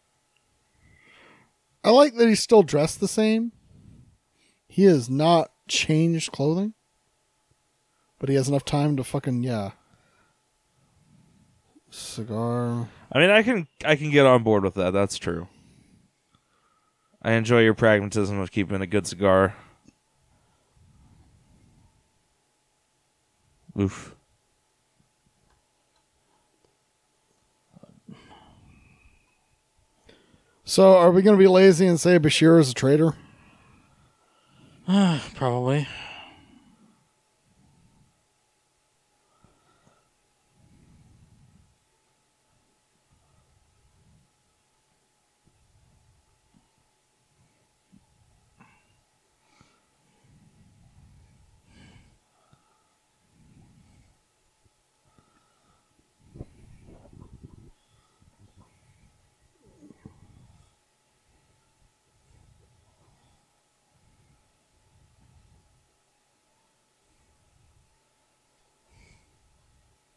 [SPEAKER 2] *sighs*
[SPEAKER 3] I like that he's still dressed the same. He has not changed clothing, but he has enough time to fucking yeah. Cigar.
[SPEAKER 1] I mean, I can I can get on board with that. That's true. I enjoy your pragmatism of keeping a good cigar. Oof.
[SPEAKER 3] So are we going to be lazy and say Bashir is a traitor?
[SPEAKER 2] Probably.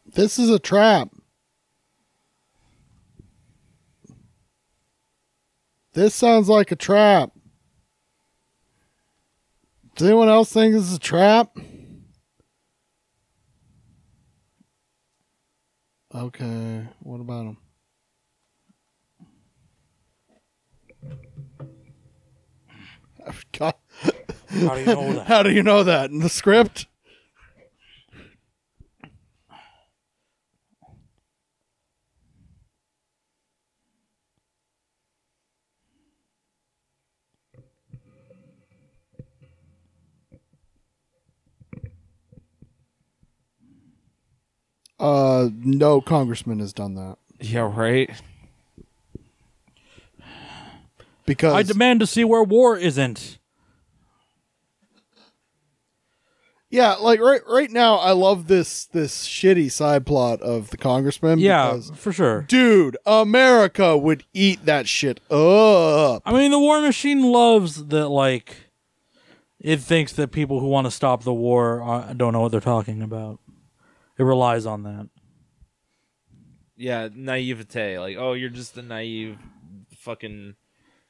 [SPEAKER 3] This is a trap. This sounds like a trap. Does anyone else think this is a trap? Okay, what about him? *laughs* I forgot.
[SPEAKER 2] How do you know
[SPEAKER 3] *laughs*
[SPEAKER 2] that?
[SPEAKER 3] How do you know that? In the script? Uh, no congressman has done that
[SPEAKER 1] Yeah, right.
[SPEAKER 3] because
[SPEAKER 2] I demand to see where war isn't.
[SPEAKER 3] Yeah, like right right now, I love this this shitty side plot of the congressman.
[SPEAKER 2] Yeah,
[SPEAKER 3] because,
[SPEAKER 2] for sure.
[SPEAKER 3] dude, America would eat that shit up.
[SPEAKER 2] I mean, the war machine loves that. Like, it thinks that people who want to stop the war uh, don't know what they're talking about. It relies on that.
[SPEAKER 1] Yeah, naivete. Like, oh, you're just a naive fucking.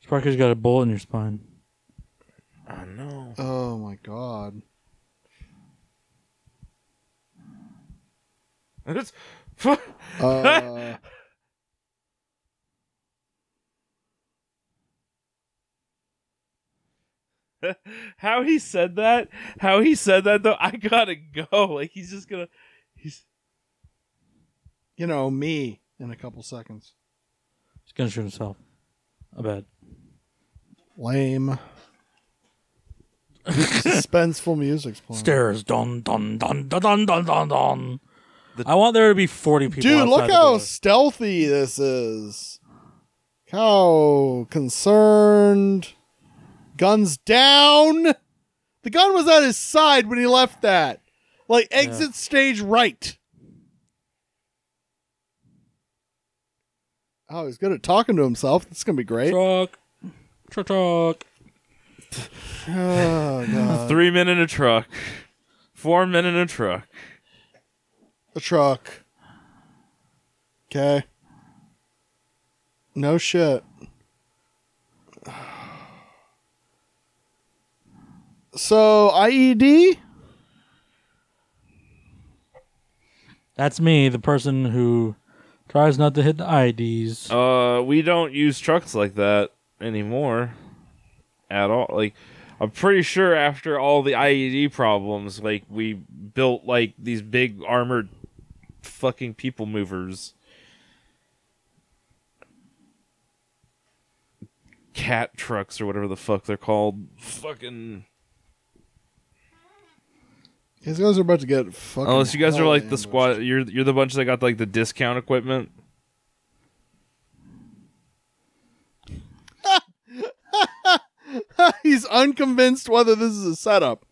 [SPEAKER 2] Sparker's got a bullet in your spine.
[SPEAKER 1] Oh no.
[SPEAKER 3] Oh my god. Uh,
[SPEAKER 1] *laughs* how he said that? How he said that though? I gotta go. Like he's just gonna. He's
[SPEAKER 3] you know me in a couple seconds.
[SPEAKER 2] He's gonna shoot himself. I bet.
[SPEAKER 3] Lame. Suspenseful music's playing.
[SPEAKER 2] Stairs, dun dun dun dun dun dun dun dun. I want there to be forty people.
[SPEAKER 3] Dude,
[SPEAKER 2] outside
[SPEAKER 3] look
[SPEAKER 2] the
[SPEAKER 3] how
[SPEAKER 2] door.
[SPEAKER 3] stealthy this is. How concerned. Guns down. The gun was at his side when he left that. Like exit stage right. Oh, he's good at talking to himself. That's gonna be great. *sighs*
[SPEAKER 2] truck, truck, truck.
[SPEAKER 3] Oh, God.
[SPEAKER 1] three men in a truck, four men in a truck.
[SPEAKER 3] The truck. Okay. No shit. So E IED.
[SPEAKER 2] That's me, the person who tries not to hit the IDs.
[SPEAKER 1] Uh, we don't use trucks like that anymore. at all. Like, I'm pretty sure after all the IED problems, like we built like these big armored fucking people movers. Cat trucks or whatever the fuck they're called. Fucking.
[SPEAKER 3] These guys are about to get fucking.
[SPEAKER 1] Unless you guys are
[SPEAKER 3] hell
[SPEAKER 1] like the
[SPEAKER 3] ambushed.
[SPEAKER 1] squad, you're you're the bunch that got like the discount equipment.
[SPEAKER 3] *laughs* He's unconvinced whether this is a setup.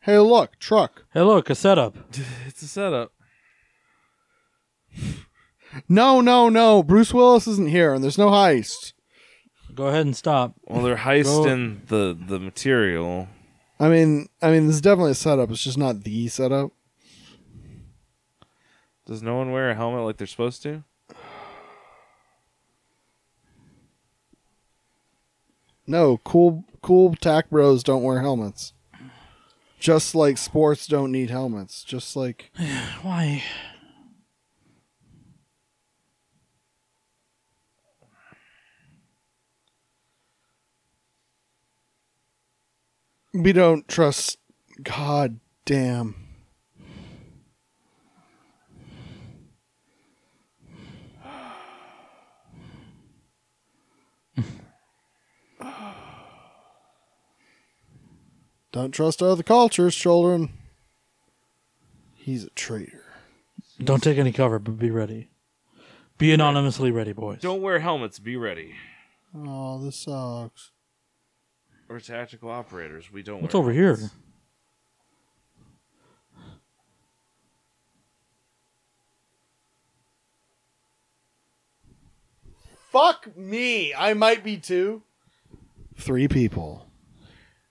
[SPEAKER 3] Hey, look, truck.
[SPEAKER 2] Hey, look, a setup.
[SPEAKER 1] *laughs* It's a setup.
[SPEAKER 3] No, no, no. Bruce Willis isn't here, and there's no heist.
[SPEAKER 2] Go ahead and stop.
[SPEAKER 1] Well, they're heisting the the material.
[SPEAKER 3] I mean, I mean, this is definitely a setup. It's just not the setup.
[SPEAKER 1] Does no one wear a helmet like they're supposed to?
[SPEAKER 3] No, cool, cool tack bros don't wear helmets. Just like sports don't need helmets. Just like
[SPEAKER 2] Why?
[SPEAKER 3] we don't trust. God damn. Don't trust other cultures, children. He's a traitor.
[SPEAKER 2] Don't take any cover, but be ready. Be anonymously ready, boys.
[SPEAKER 1] Don't wear helmets. Be ready.
[SPEAKER 3] Oh, this sucks.
[SPEAKER 1] We're tactical operators. We don't.
[SPEAKER 2] What's
[SPEAKER 1] wear
[SPEAKER 2] over here?
[SPEAKER 1] helmets.
[SPEAKER 3] Fuck me. I might be two. Three people.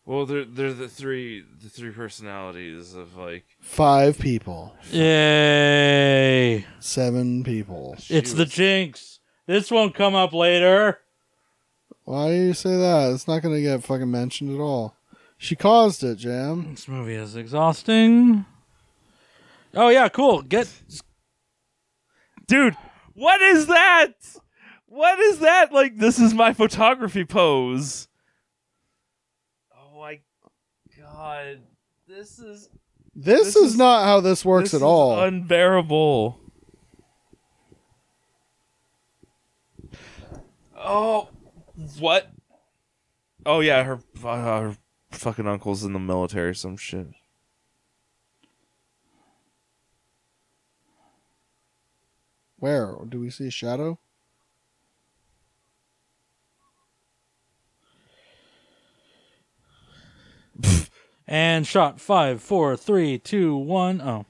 [SPEAKER 1] Well, they're they're the three the three personalities of like
[SPEAKER 3] Five people.
[SPEAKER 2] Yay!
[SPEAKER 3] Seven people.
[SPEAKER 2] It's the jinx. This won't come up later.
[SPEAKER 3] Why do you say that? It's not going to get fucking mentioned at all. She caused it, Jam.
[SPEAKER 2] This movie is exhausting. Oh yeah, cool. Get
[SPEAKER 1] dude. What is that? What is that? Like this is my photography pose. Oh my god, this is
[SPEAKER 3] This,
[SPEAKER 1] This
[SPEAKER 3] is,
[SPEAKER 1] is-
[SPEAKER 3] not how this works
[SPEAKER 1] this
[SPEAKER 3] at
[SPEAKER 1] is
[SPEAKER 3] all.
[SPEAKER 1] unbearable. Oh, what? Oh yeah, her uh, her fucking uncle's in the military, or some shit.
[SPEAKER 3] Where? Do we see a shadow?
[SPEAKER 2] and shot five, four, three, two, one. Oh,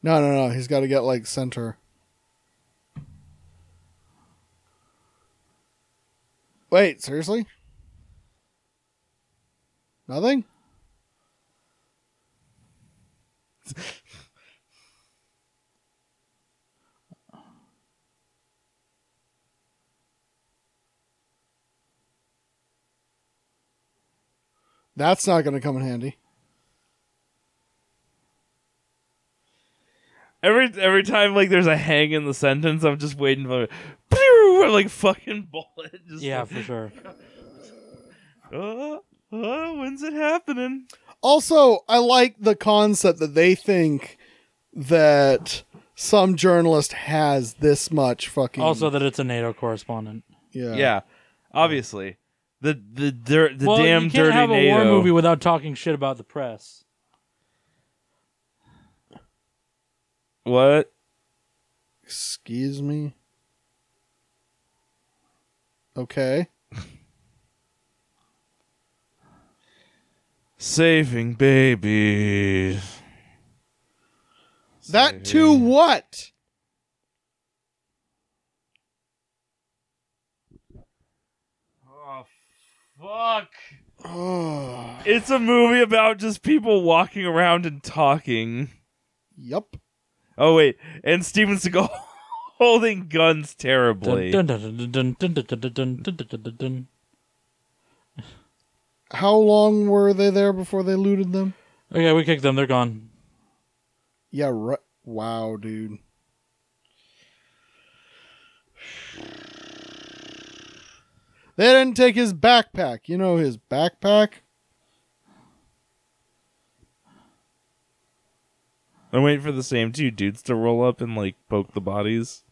[SPEAKER 3] No, no, no. He's got to get, like, center. Wait, seriously? Nothing? That's not going to come in handy.
[SPEAKER 1] Every every time like there's a hang in the sentence, I'm just waiting for pew, I'm like fucking bullet. *laughs* Just
[SPEAKER 2] yeah,
[SPEAKER 1] like,
[SPEAKER 2] for sure.
[SPEAKER 1] oh, oh, when's it happening?
[SPEAKER 3] Also, I like the concept that they think that some journalist has this much fucking.
[SPEAKER 2] Also, that it's a NATO correspondent.
[SPEAKER 3] yeah,
[SPEAKER 1] Yeah, obviously the the dir- the
[SPEAKER 2] well,
[SPEAKER 1] damn
[SPEAKER 2] you can't
[SPEAKER 1] dirty
[SPEAKER 2] have a
[SPEAKER 1] NATO.
[SPEAKER 2] war movie without talking shit about the press.
[SPEAKER 1] What?
[SPEAKER 3] Excuse me. Okay.
[SPEAKER 1] Saving baby.
[SPEAKER 3] That to what? *sighs*
[SPEAKER 1] Oh fuck!
[SPEAKER 3] Oh,
[SPEAKER 1] It's a movie about just people walking around and talking.
[SPEAKER 3] yep.
[SPEAKER 1] Oh wait, and Steven Seagal *laughs* holding guns terribly.
[SPEAKER 2] Dun, dun, dun, dun, dun, dun, dun, dun, dun, dun, dun, dun, dun.
[SPEAKER 3] How long were they there before they looted them?
[SPEAKER 2] Okay, we kicked them. They're gone.
[SPEAKER 3] Yeah, right. Wow, dude. *sighs* They didn't take his backpack. You know his backpack?
[SPEAKER 1] I'm waiting for the same two dudes to roll up and like poke the bodies.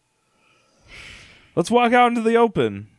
[SPEAKER 1] Let's walk out into the open.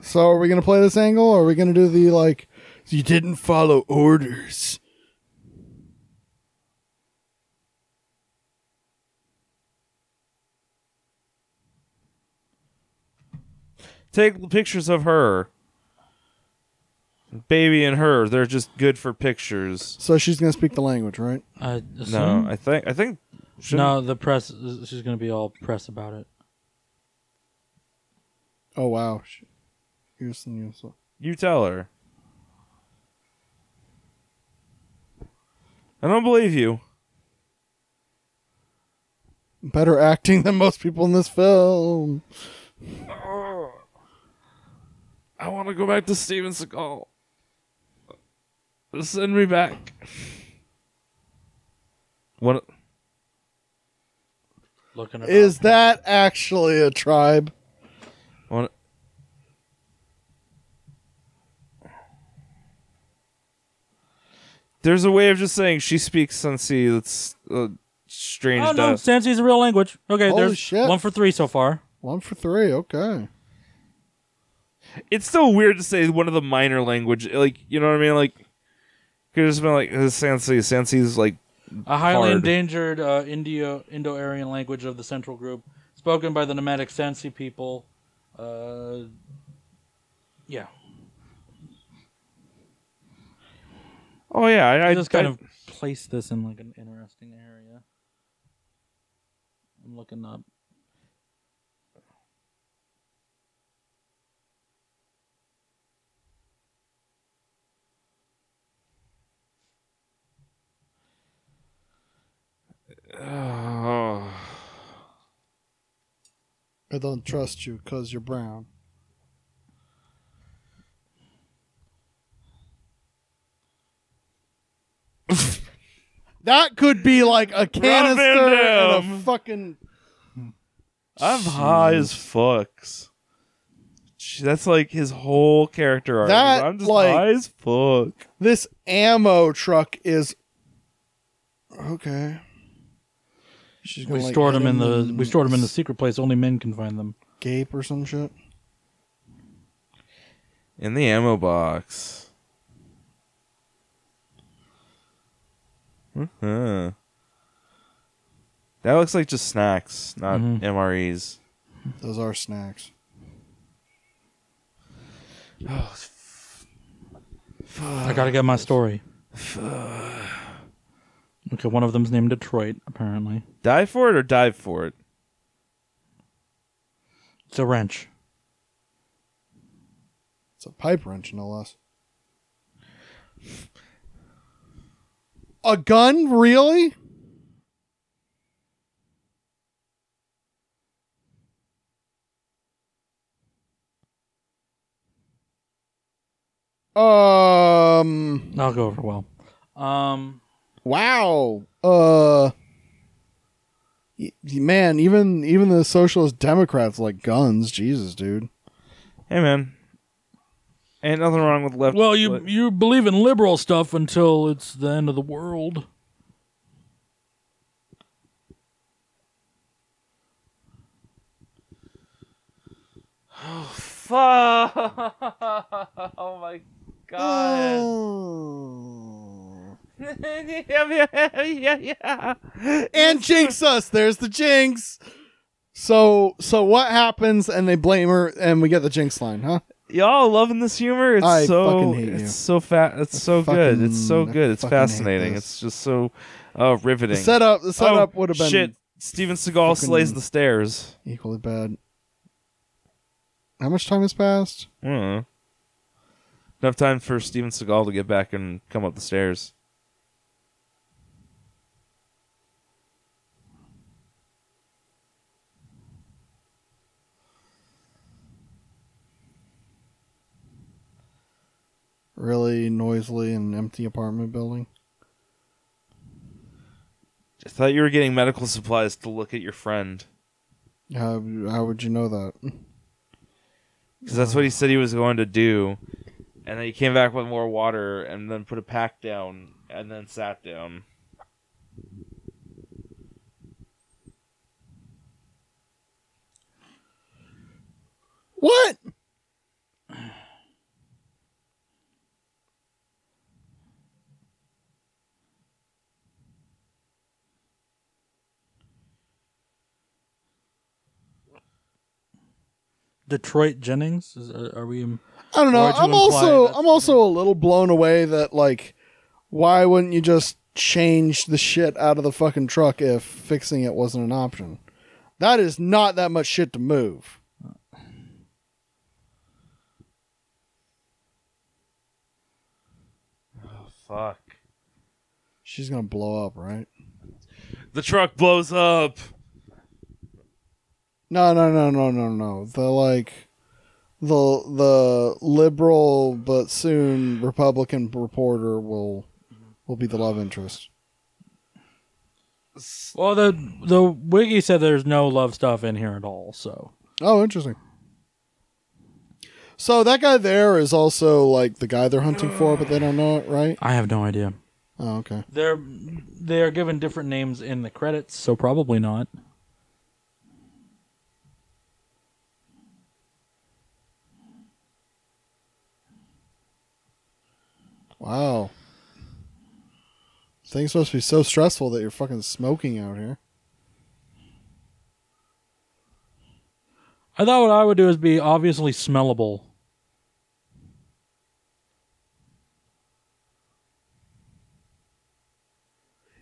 [SPEAKER 3] So are we gonna play this angle or are we gonna do the like you didn't follow orders?
[SPEAKER 1] Take pictures of her. Baby and her, they're just good for pictures.
[SPEAKER 3] So she's gonna speak the language, right?
[SPEAKER 2] I
[SPEAKER 1] No,
[SPEAKER 2] assume-
[SPEAKER 1] I think I think shouldn't-
[SPEAKER 2] no, the press. She's gonna be all press about it.
[SPEAKER 3] Oh wow. She- Here's some useful.
[SPEAKER 1] you tell her. I don't believe you.
[SPEAKER 3] Better acting than most people in this film.
[SPEAKER 1] I want to go back to Steven Seagal. Send me back. What?
[SPEAKER 2] Looking at
[SPEAKER 3] Is that actually a tribe?
[SPEAKER 1] What? There's a way of just saying she speaks Sensi that's uh, strange
[SPEAKER 2] Oh
[SPEAKER 1] to
[SPEAKER 2] no,
[SPEAKER 1] us.
[SPEAKER 2] Sansi is a real language. Okay,
[SPEAKER 3] Holy
[SPEAKER 2] there's
[SPEAKER 3] shit.
[SPEAKER 2] one for three so far.
[SPEAKER 3] One for three, okay.
[SPEAKER 1] It's still weird to say one of the minor language. Like, you know what I mean? Like, could have just been like, Sensi. Sensi's like,
[SPEAKER 2] A highly
[SPEAKER 1] Hard.
[SPEAKER 2] endangered uh, Indio Indo-Aryan language of the Central Group, spoken by the nomadic Sansi people. Uh, yeah,
[SPEAKER 1] oh yeah, I,
[SPEAKER 2] I
[SPEAKER 1] I
[SPEAKER 2] just kind of placed this in like an interesting area. I'm looking up.
[SPEAKER 1] Oh.
[SPEAKER 3] I don't trust you because you're brown. *laughs* that could be like a
[SPEAKER 1] Van
[SPEAKER 3] canister and a
[SPEAKER 1] Dam.
[SPEAKER 3] fucking.
[SPEAKER 1] *sighs* I'm high as fucks. Sh- That's like his whole character arc. is,
[SPEAKER 3] That,
[SPEAKER 1] I'm just
[SPEAKER 3] like-
[SPEAKER 1] high as fuck.
[SPEAKER 3] This ammo truck is. Okay. She's
[SPEAKER 2] We
[SPEAKER 3] like,
[SPEAKER 2] stored
[SPEAKER 3] hit
[SPEAKER 2] them in the
[SPEAKER 3] and
[SPEAKER 2] we stored them in the secret place. Only men can find them.
[SPEAKER 3] Gape or some shit.
[SPEAKER 1] In the ammo box. Uh-huh. That looks like just snacks, not
[SPEAKER 2] Mhm.
[SPEAKER 1] MREs.
[SPEAKER 3] Those are snacks.
[SPEAKER 2] I gotta get my story. Okay, one of them's named Detroit. Apparently,
[SPEAKER 1] Die for it or dive for it?
[SPEAKER 2] it's a wrench.
[SPEAKER 3] It's a pipe wrench, no less. A gun, really? Um.
[SPEAKER 2] I'll go over well. Um,
[SPEAKER 3] Wow. Uh. y- Man, even even the socialist Democrats like guns. Jesus, dude.
[SPEAKER 1] Hey man. Ain't nothing wrong with left.
[SPEAKER 2] well, you
[SPEAKER 1] foot.
[SPEAKER 2] you believe in liberal stuff until it's the end of the world.
[SPEAKER 1] *laughs* *laughs* Fuck! Oh my god. yeah, yeah.
[SPEAKER 3] and jinx us. There's the jinx. So so what happens? And they blame her, and we get the jinx line, huh?
[SPEAKER 1] Y'all loving this humor? It's
[SPEAKER 3] I
[SPEAKER 1] so
[SPEAKER 3] fucking hate
[SPEAKER 1] it's
[SPEAKER 3] you.
[SPEAKER 1] so fat. It's so good. It's so
[SPEAKER 3] fucking- I
[SPEAKER 1] good. It's
[SPEAKER 3] fucking hate
[SPEAKER 1] fascinating.
[SPEAKER 3] this.
[SPEAKER 1] It's just so uh, riveting.
[SPEAKER 3] The setup the setup
[SPEAKER 1] oh,
[SPEAKER 3] would have been
[SPEAKER 1] shit. Steven Seagal
[SPEAKER 3] fucking-
[SPEAKER 1] slays the stairs.
[SPEAKER 3] equally bad. How much time has passed?
[SPEAKER 1] Hmm. Enough time for Steven Seagal to get back and come up the stairs.
[SPEAKER 3] Really noisily in an empty apartment building.
[SPEAKER 1] I thought you were getting medical supplies to look at your friend.
[SPEAKER 3] How how would you know that?
[SPEAKER 1] Because that's what he said he was going to do. And then he came back with more water and then put a pack down and then sat down.
[SPEAKER 3] What?
[SPEAKER 2] Detroit Jennings? Is, uh, are, are we? in-
[SPEAKER 3] I don't know.
[SPEAKER 2] Why'd you
[SPEAKER 3] I'm
[SPEAKER 2] imply
[SPEAKER 3] also
[SPEAKER 2] that-
[SPEAKER 3] I'm also a little blown away that like why wouldn't you just change the shit out of the fucking truck if fixing it wasn't an option? That is not that much shit to move.
[SPEAKER 1] Oh, fuck.
[SPEAKER 3] She's gonna blow up, right?
[SPEAKER 1] The truck blows up.
[SPEAKER 3] No, no, no, no, no, no. The like the the liberal but soon Republican reporter will will be the love interest.
[SPEAKER 2] Well, the the wiki said there's no love stuff in here at all. So
[SPEAKER 3] Oh, interesting. So that guy there is also like the guy they're hunting for, but they don't know it, right?
[SPEAKER 2] I have no idea.
[SPEAKER 3] Oh, okay.
[SPEAKER 2] They're they are given different names in the credits, so probably not.
[SPEAKER 3] Wow. Things must be so stressful that you're fucking smoking out here.
[SPEAKER 2] I thought what I would do is be obviously smellable.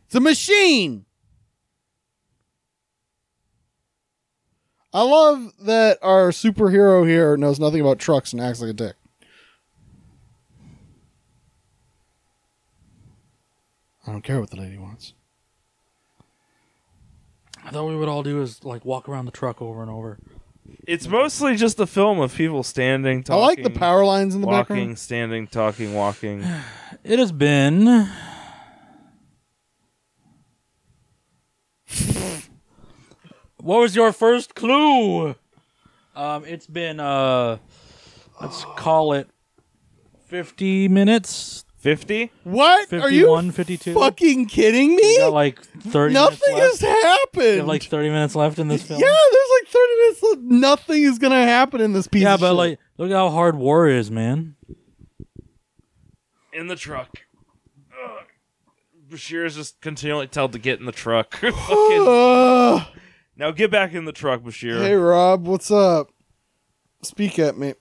[SPEAKER 3] It's a machine. I love that our superhero here knows nothing about trucks and acts like a dick. I don't care what the lady wants.
[SPEAKER 2] I thought we would all do is like walk around the truck over and over.
[SPEAKER 1] It's mostly just a film of people standing, talking.
[SPEAKER 3] I like the power lines in the
[SPEAKER 1] walking,
[SPEAKER 3] background.
[SPEAKER 1] standing, talking, walking.
[SPEAKER 2] It has been. what was your first clue? Um, it's been uh, let's call it fifty minutes.
[SPEAKER 1] Fifty.
[SPEAKER 3] What? Are you
[SPEAKER 2] 51, 52.
[SPEAKER 3] fucking kidding
[SPEAKER 2] We
[SPEAKER 3] me?
[SPEAKER 2] got like thirty.
[SPEAKER 3] Nothing
[SPEAKER 2] minutes
[SPEAKER 3] has
[SPEAKER 2] left. We have
[SPEAKER 3] happened.
[SPEAKER 2] like thirty minutes left in this
[SPEAKER 3] yeah,
[SPEAKER 2] film.
[SPEAKER 3] there's like 30 minutes left. Nothing is going to happen in this piece
[SPEAKER 2] yeah,
[SPEAKER 3] of
[SPEAKER 2] but
[SPEAKER 3] shit.
[SPEAKER 2] like, look how hard war is, man.
[SPEAKER 1] In the truck. Ugh. Bashir is just continually told to get in the truck. *laughs*
[SPEAKER 3] *sighs*
[SPEAKER 1] Fucking-
[SPEAKER 3] Ugh.
[SPEAKER 1] now get back in the truck, Bashir.
[SPEAKER 3] *sighs* Hey Rob, what's up? Speak at me.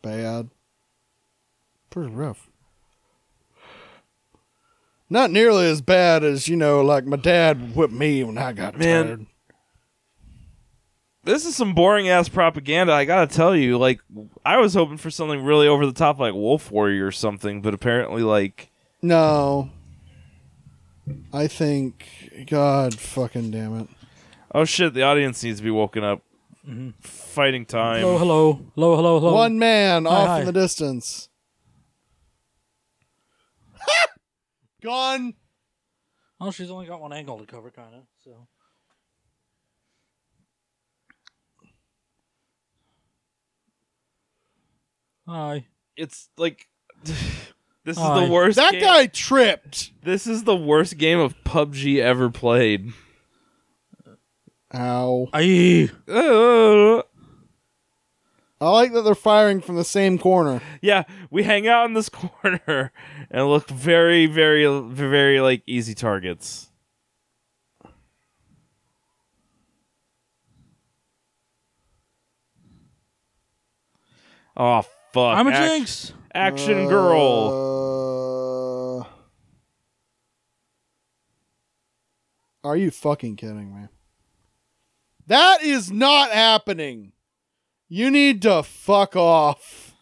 [SPEAKER 3] Bad. Pretty rough. Not nearly as bad as, you know, like my dad whipped me when I got
[SPEAKER 1] Man.
[SPEAKER 3] tired.
[SPEAKER 1] this is some boring ass propaganda. I gotta tell you, like, I was hoping for something really over the top, like Wolf Warrior or something, but apparently, like,
[SPEAKER 3] No. I think God fucking damn it.
[SPEAKER 1] oh shit, the audience needs to be woken up. Fighting time.
[SPEAKER 2] Hello, hello, hello, hello, hello.
[SPEAKER 3] One man off
[SPEAKER 2] hi.
[SPEAKER 3] in the distance. *laughs* Gone.
[SPEAKER 2] Oh, she's only got one angle to cover, kind of. So. Hi.
[SPEAKER 1] It's like *sighs* this is
[SPEAKER 2] Aw.
[SPEAKER 1] the worst.
[SPEAKER 3] That
[SPEAKER 1] game-
[SPEAKER 3] guy tripped.
[SPEAKER 1] This is the worst game of PUBG ever played.
[SPEAKER 3] Ow.
[SPEAKER 2] Aye.
[SPEAKER 1] Uh,
[SPEAKER 3] I like that they're firing from the same corner.
[SPEAKER 1] Yeah, we hang out in this *laughs* corner and look very, very, very like easy targets. Oh fuck!
[SPEAKER 2] I'm a
[SPEAKER 1] Act-
[SPEAKER 2] jinx.
[SPEAKER 1] Action girl.
[SPEAKER 3] Uh, are you fucking kidding me? That is not happening. You need to fuck off.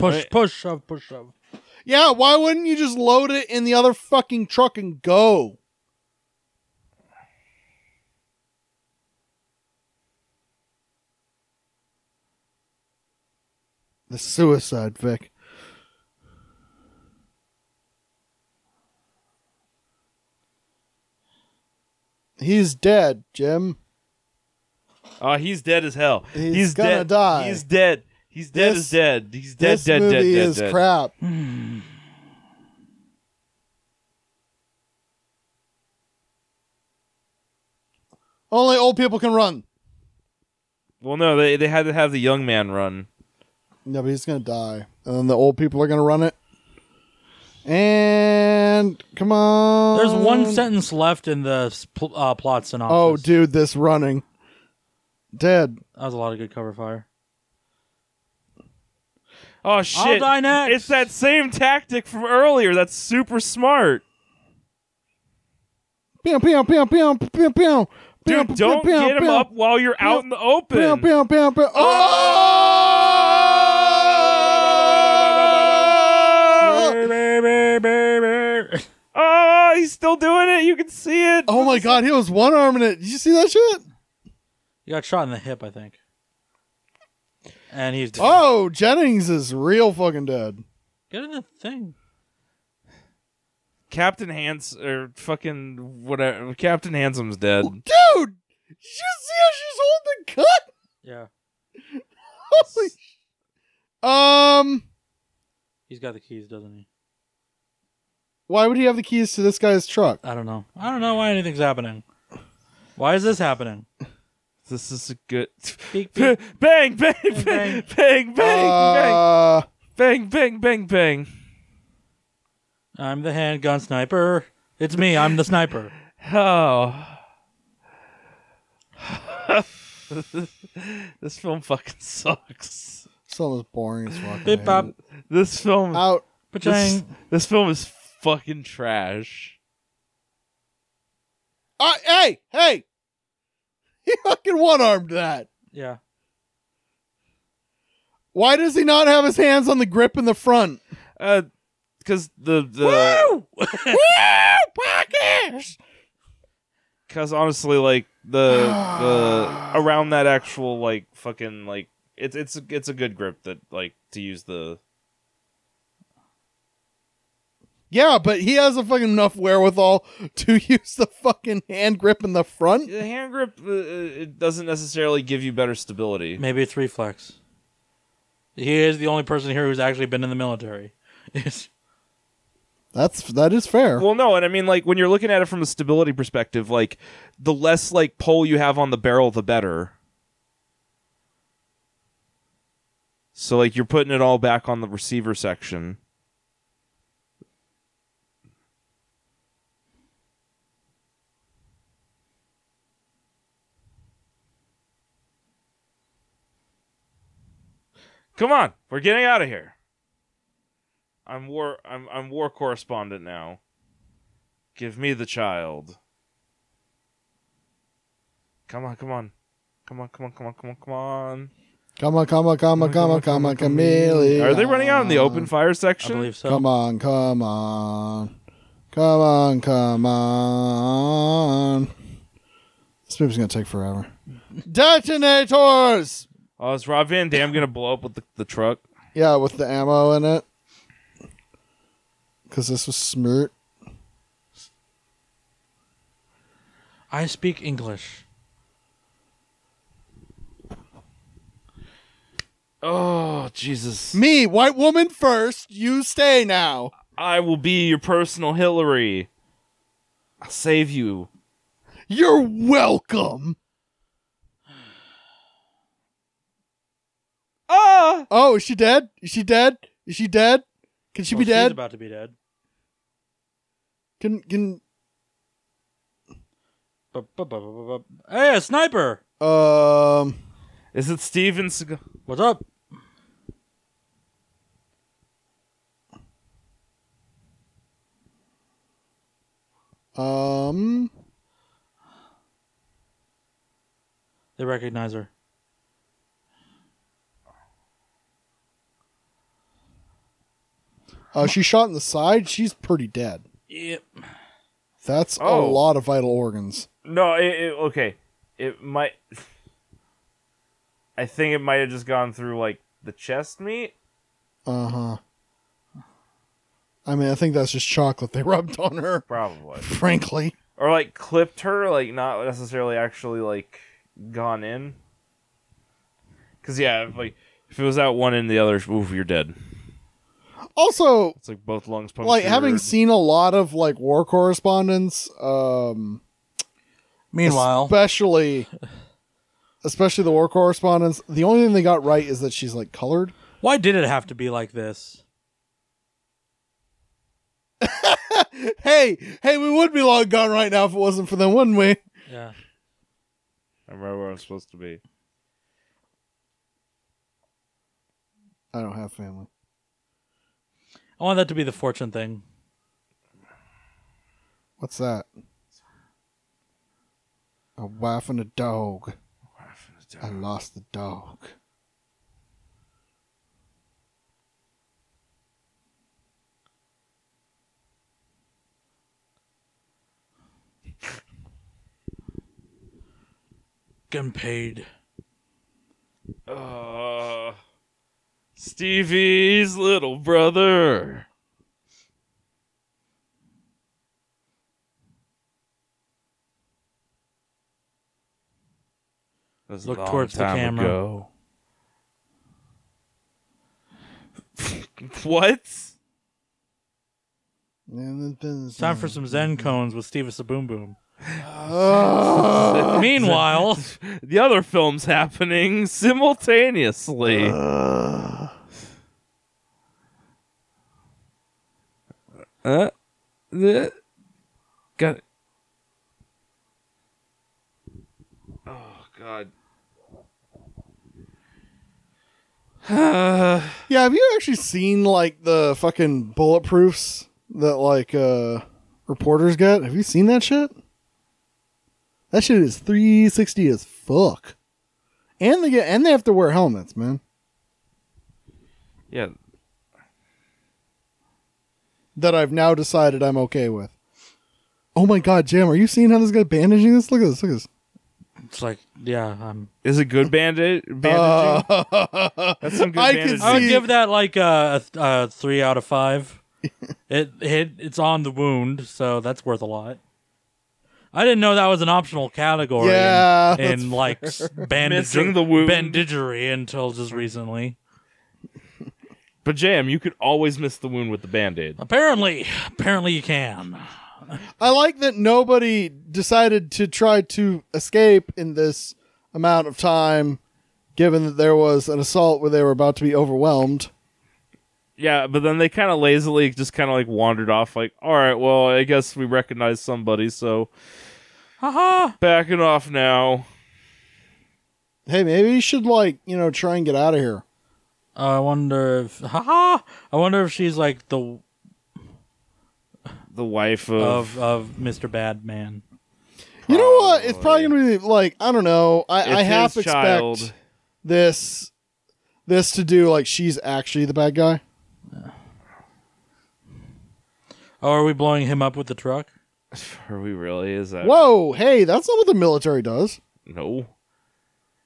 [SPEAKER 2] Push,
[SPEAKER 1] Wait.
[SPEAKER 2] push, shove, push, shove.
[SPEAKER 3] Yeah, why wouldn't you just load it in the other fucking truck and go? The suicide, Vic. He's dead, Jim.
[SPEAKER 1] Oh, he's dead as hell.
[SPEAKER 3] He's
[SPEAKER 1] He's,
[SPEAKER 3] gonna
[SPEAKER 1] dead.
[SPEAKER 3] die.
[SPEAKER 1] He's dead. He's dead
[SPEAKER 3] This-
[SPEAKER 1] as dead. He's dead,
[SPEAKER 3] this
[SPEAKER 1] dead,
[SPEAKER 3] movie
[SPEAKER 1] dead, dead,
[SPEAKER 3] is
[SPEAKER 1] dead.
[SPEAKER 3] crap. Only old people can run.
[SPEAKER 1] Well, no, they they had to have the young man run.
[SPEAKER 3] No, but he's gonna die, and then the old people are gonna run it. And come on,
[SPEAKER 2] There's one sentence left in the s- pl- uh, plot synopsis.
[SPEAKER 3] Um. Oh, dude, this running, dead.
[SPEAKER 2] That was a lot of good cover fire.
[SPEAKER 1] Oh shit!
[SPEAKER 2] die next.
[SPEAKER 1] It's that same tactic from earlier. That's super smart.
[SPEAKER 3] Pew pew pew pew pew pew.
[SPEAKER 1] Dude,
[SPEAKER 3] Pew,
[SPEAKER 1] don't
[SPEAKER 3] pew, pew,
[SPEAKER 1] get him
[SPEAKER 3] pew.
[SPEAKER 1] up while you're out in the open.
[SPEAKER 3] Pew pew pew pew. *laughs* Oh!
[SPEAKER 1] Oh, he's still doing it. You can see it.
[SPEAKER 3] Oh my god, he was one arming it. Did you see that shit?
[SPEAKER 2] You got shot in the hip, I think. And he's dead.
[SPEAKER 3] Oh, Jennings is real fucking dead.
[SPEAKER 2] Get in the thing.
[SPEAKER 1] Captain Hans or fucking whatever. Captain Handsome's dead.
[SPEAKER 3] Dude, did you see how she's holding the cut?
[SPEAKER 2] Yeah,
[SPEAKER 3] *laughs* Holy sh- Um,
[SPEAKER 2] he's got the keys, doesn't he?
[SPEAKER 3] why would he have the keys to this guy's truck?
[SPEAKER 2] I don't know. I don't know why anything's happening. Why is this happening?
[SPEAKER 1] This is a good. *laughs*
[SPEAKER 2] Beep,
[SPEAKER 1] bang,
[SPEAKER 2] beep.
[SPEAKER 3] *laughs*
[SPEAKER 1] bang, bang,
[SPEAKER 2] Bang,
[SPEAKER 1] bang, bang, bang,
[SPEAKER 3] Uh,
[SPEAKER 1] bang, bang, bang, bang.
[SPEAKER 2] I'm the handgun sniper. It's me. I'm the sniper.
[SPEAKER 1] Oh. *laughs* this film fucking sucks.
[SPEAKER 3] this film is boring as fuck. I
[SPEAKER 2] Beep,
[SPEAKER 3] hate
[SPEAKER 2] bop.
[SPEAKER 3] it.
[SPEAKER 1] This film
[SPEAKER 3] Out.
[SPEAKER 1] this,
[SPEAKER 2] Pachang.
[SPEAKER 1] this film is fucking trash.
[SPEAKER 3] Uh, hey, hey! He fucking one armed that.
[SPEAKER 2] Yeah.
[SPEAKER 3] Why does he not have his hands on the grip in the front?
[SPEAKER 1] Uh cuz the the
[SPEAKER 3] *laughs* Woo! Pockets!
[SPEAKER 1] cuz honestly like the
[SPEAKER 3] *sighs*
[SPEAKER 1] the around that actual like fucking like it's it's a- it's a good grip that like to use the
[SPEAKER 3] Yeah, but he has a fucking enough wherewithal to *laughs* use the fucking hand grip in the front.
[SPEAKER 1] the hand grip uh, uh, it doesn't necessarily give you better stability.
[SPEAKER 2] Maybe it's reflex. He is the only person here who's actually been in the military. *laughs* It's-
[SPEAKER 3] That's that is fair.
[SPEAKER 1] Well, no, and I mean, like when you're looking at it from a stability perspective, like the less like pull you have on the barrel, the better. So like you're putting it all back on the receiver section. Come on, we're getting out of here. I'm war I'm I'm war correspondent now. Give me the child. Come on, come on. Come on, come on, come on, come on, come on.
[SPEAKER 3] Come on, come on, come on, come on, come on, chameleon.
[SPEAKER 1] Are they running out in the open fire
[SPEAKER 2] I
[SPEAKER 1] section?
[SPEAKER 2] believe so.
[SPEAKER 3] Come on, come on. Come on, come on. This movie's gonna take forever. Detonators!
[SPEAKER 1] Oh, is Rob Van Dam gonna blow up with the, the truck?
[SPEAKER 3] Yeah, with the ammo in it. Cause this was smirt.
[SPEAKER 2] I speak English.
[SPEAKER 1] Oh, Jesus.
[SPEAKER 3] Me, white woman first. You stay now.
[SPEAKER 1] I will be your personal Hillary. I'll save you.
[SPEAKER 3] You're welcome.
[SPEAKER 1] Ah!
[SPEAKER 3] Oh, is she dead? Is she dead? Is she dead? Can she
[SPEAKER 2] Well,
[SPEAKER 3] be
[SPEAKER 2] she's
[SPEAKER 3] dead?
[SPEAKER 2] about to be dead.
[SPEAKER 3] can can
[SPEAKER 2] Bu- bu- bu- bu- bu- bu- Hey, a sniper!
[SPEAKER 3] um
[SPEAKER 1] Is it Steven Seagal?
[SPEAKER 2] What's up?
[SPEAKER 3] um
[SPEAKER 2] They recognize her.
[SPEAKER 3] uh, she's shot in the side. She's pretty dead.
[SPEAKER 2] Yep.
[SPEAKER 3] That's a
[SPEAKER 1] Oh.
[SPEAKER 3] lot of vital organs.
[SPEAKER 1] No, it, it, okay. It might. I think it might have just gone through, like, the chest meat?
[SPEAKER 3] Uh huh. I mean, I think that's just chocolate they *laughs* rubbed on her.
[SPEAKER 1] Probably.
[SPEAKER 3] Frankly,
[SPEAKER 1] Or, like, clipped her, like, not necessarily actually, like, gone in. Because, yeah, if, like, if it was out one end, the other, oof, you're dead.
[SPEAKER 3] also
[SPEAKER 1] It's like both lungs punctured.
[SPEAKER 3] like having seen a lot of like war correspondents. Um,
[SPEAKER 2] Meanwhile,
[SPEAKER 3] especially especially the war correspondents the only thing they got right is that she's like colored
[SPEAKER 2] why did it have to be like this?
[SPEAKER 3] hey hey we would be long gone right now if it wasn't for them wouldn't we
[SPEAKER 2] Yeah.
[SPEAKER 1] I remember where I'm supposed to be.
[SPEAKER 3] i don't have family
[SPEAKER 2] I want that to be the fortune thing.
[SPEAKER 3] what's that a wife and a dog i lost the dog
[SPEAKER 2] Getting paid.
[SPEAKER 1] Uh, Stevie's little brother. That was a
[SPEAKER 2] Look
[SPEAKER 1] long
[SPEAKER 2] towards the
[SPEAKER 1] time
[SPEAKER 2] camera.
[SPEAKER 1] ago. what?
[SPEAKER 2] It's time for some Zen cones with Steve Saboom
[SPEAKER 3] *laughs*
[SPEAKER 2] Boom.
[SPEAKER 1] *laughs*
[SPEAKER 3] Ugh.
[SPEAKER 2] Meanwhile,
[SPEAKER 1] The other film's happening *laughs* simultaneously. Uh, the got. Oh God. *sighs*
[SPEAKER 3] yeah have you actually seen like the fucking bulletproofs that like uh reporters get have you seen that shit that shit is 360 as fuck and they get and they have to wear helmets man
[SPEAKER 1] yeah.
[SPEAKER 3] that i've now decided i'm okay with oh my god jam are you seeing how this guy bandaging this look at this look at this
[SPEAKER 2] it's like, yeah, I'm.
[SPEAKER 1] Is it good bandit bandaging? That's some good
[SPEAKER 3] Uh, I can
[SPEAKER 2] I would
[SPEAKER 1] bandaging.
[SPEAKER 3] see-
[SPEAKER 2] give that like uh, a, a, a three out of
[SPEAKER 3] *laughs*
[SPEAKER 2] five. it, it it's on the wound, so that's worth a lot. I didn't know that was an optional category. in-
[SPEAKER 3] Yeah,
[SPEAKER 2] in,
[SPEAKER 3] that's
[SPEAKER 2] like s- bandager-
[SPEAKER 1] Missing the wound.
[SPEAKER 2] bandagery until just recently.
[SPEAKER 1] But Jam, you could always miss the wound with the band-aid.
[SPEAKER 2] Apparently, apparently you can.
[SPEAKER 3] I like that nobody decided to try to escape in this amount of time, given that there was an assault where they were about to be overwhelmed.
[SPEAKER 1] Yeah, but then they kind of lazily just kind of like wandered off. Like, all right, well, I guess we recognize somebody, so
[SPEAKER 2] Haha.
[SPEAKER 1] backing off now.
[SPEAKER 3] Hey, maybe you should like you know try and get out of here.
[SPEAKER 2] I wonder if *laughs* haha. I wonder if she's like the
[SPEAKER 1] The wife of,
[SPEAKER 2] of of Mr. Badman.
[SPEAKER 3] You know what? It's probably
[SPEAKER 1] Probably.
[SPEAKER 3] gonna be like I don't know. I, I
[SPEAKER 1] It's
[SPEAKER 3] half
[SPEAKER 1] his
[SPEAKER 3] expect
[SPEAKER 1] child.
[SPEAKER 3] this this to do like she's actually the bad guy.
[SPEAKER 2] Oh, are we blowing him up with the truck?
[SPEAKER 1] *sighs* Are we really? Is that
[SPEAKER 3] Whoa! Hey, that's not what the military does.
[SPEAKER 1] No.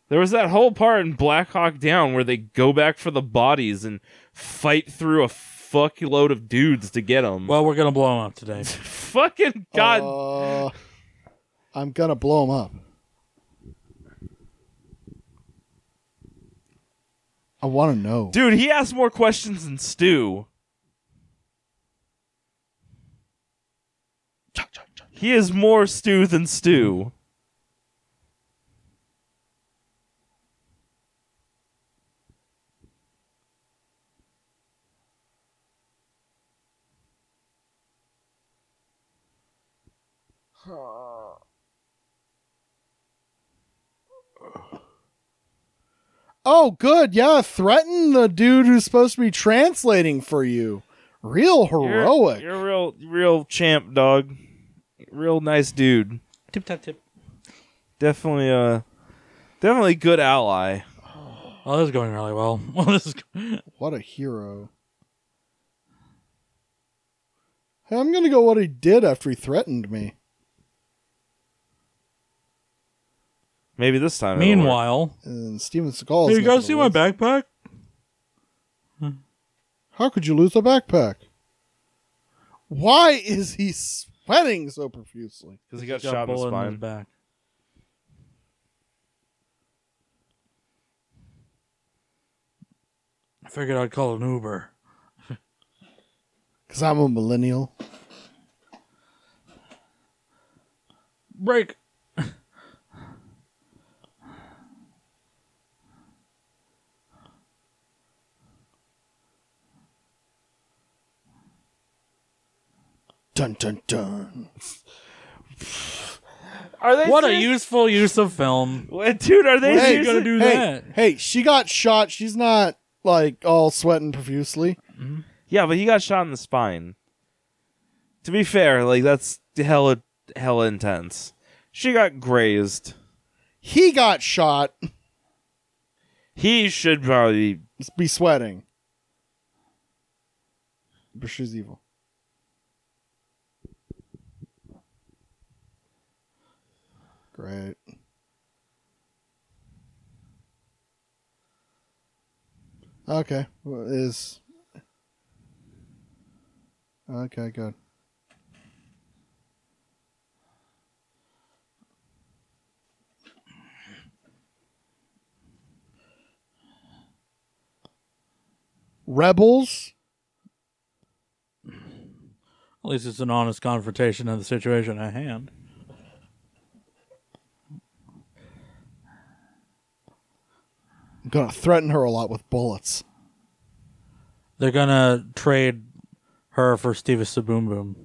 [SPEAKER 1] There was that whole part in Black Hawk Down where they go back for the bodies and fight through a fuckload of dudes to get them.
[SPEAKER 2] Well, Oh. we're gonna blow him
[SPEAKER 1] *laughs*
[SPEAKER 2] up today.
[SPEAKER 1] Fucking god.
[SPEAKER 3] Uh, I'm gonna blow him up. I want to know.
[SPEAKER 1] Dude, he asked more questions than Stu. He is more Stu than Stu.
[SPEAKER 3] Oh, good. Yeah, threaten the dude who's supposed to be translating for you. Real
[SPEAKER 1] You're-
[SPEAKER 3] heroic.
[SPEAKER 1] You're, a real, real champ, dog. Real nice dude.
[SPEAKER 2] Tip tap tip.
[SPEAKER 1] Definitely, uh, definitely good ally.
[SPEAKER 2] Oh, this is going really well. *laughs* Well, this is.
[SPEAKER 3] what a hero. Hey, I'm going to go what he did after he threatened me.
[SPEAKER 1] Maybe this time. it'll work.
[SPEAKER 2] Meanwhile,
[SPEAKER 3] And Steven Seagal.
[SPEAKER 2] hey,
[SPEAKER 3] is
[SPEAKER 2] you
[SPEAKER 3] not
[SPEAKER 2] guys
[SPEAKER 3] gonna
[SPEAKER 2] see my
[SPEAKER 3] lose.
[SPEAKER 2] backpack?
[SPEAKER 3] How could you lose a backpack? Why is he sweating so profusely?
[SPEAKER 1] because he got, shot in the
[SPEAKER 2] bullet his
[SPEAKER 1] spine.
[SPEAKER 2] back. I figured I'd call an Uber.
[SPEAKER 3] Because I'm a millennial.
[SPEAKER 2] Break.
[SPEAKER 3] Dun dun dun.
[SPEAKER 1] Are they?
[SPEAKER 2] What a
[SPEAKER 1] serious?
[SPEAKER 2] useful use of film.
[SPEAKER 1] Wait, dude? Are they?
[SPEAKER 2] What are you
[SPEAKER 1] seriously-
[SPEAKER 2] gonna do
[SPEAKER 3] hey,
[SPEAKER 2] that?
[SPEAKER 3] Hey, she got shot. She's not like all sweating profusely.
[SPEAKER 1] Yeah, but he got shot in the spine. To be fair, like that's hella hella intense. She got grazed.
[SPEAKER 3] He got shot.
[SPEAKER 1] He should probably
[SPEAKER 3] Be sweating. But she's evil. Great. Okay. Well, Is okay. Good. Rebels.
[SPEAKER 2] At least it's an honest confrontation of the situation at hand.
[SPEAKER 3] I'm gonna threaten her a lot with bullets.
[SPEAKER 2] They're gonna trade her for Stevie Saboom Boom.
[SPEAKER 1] *laughs*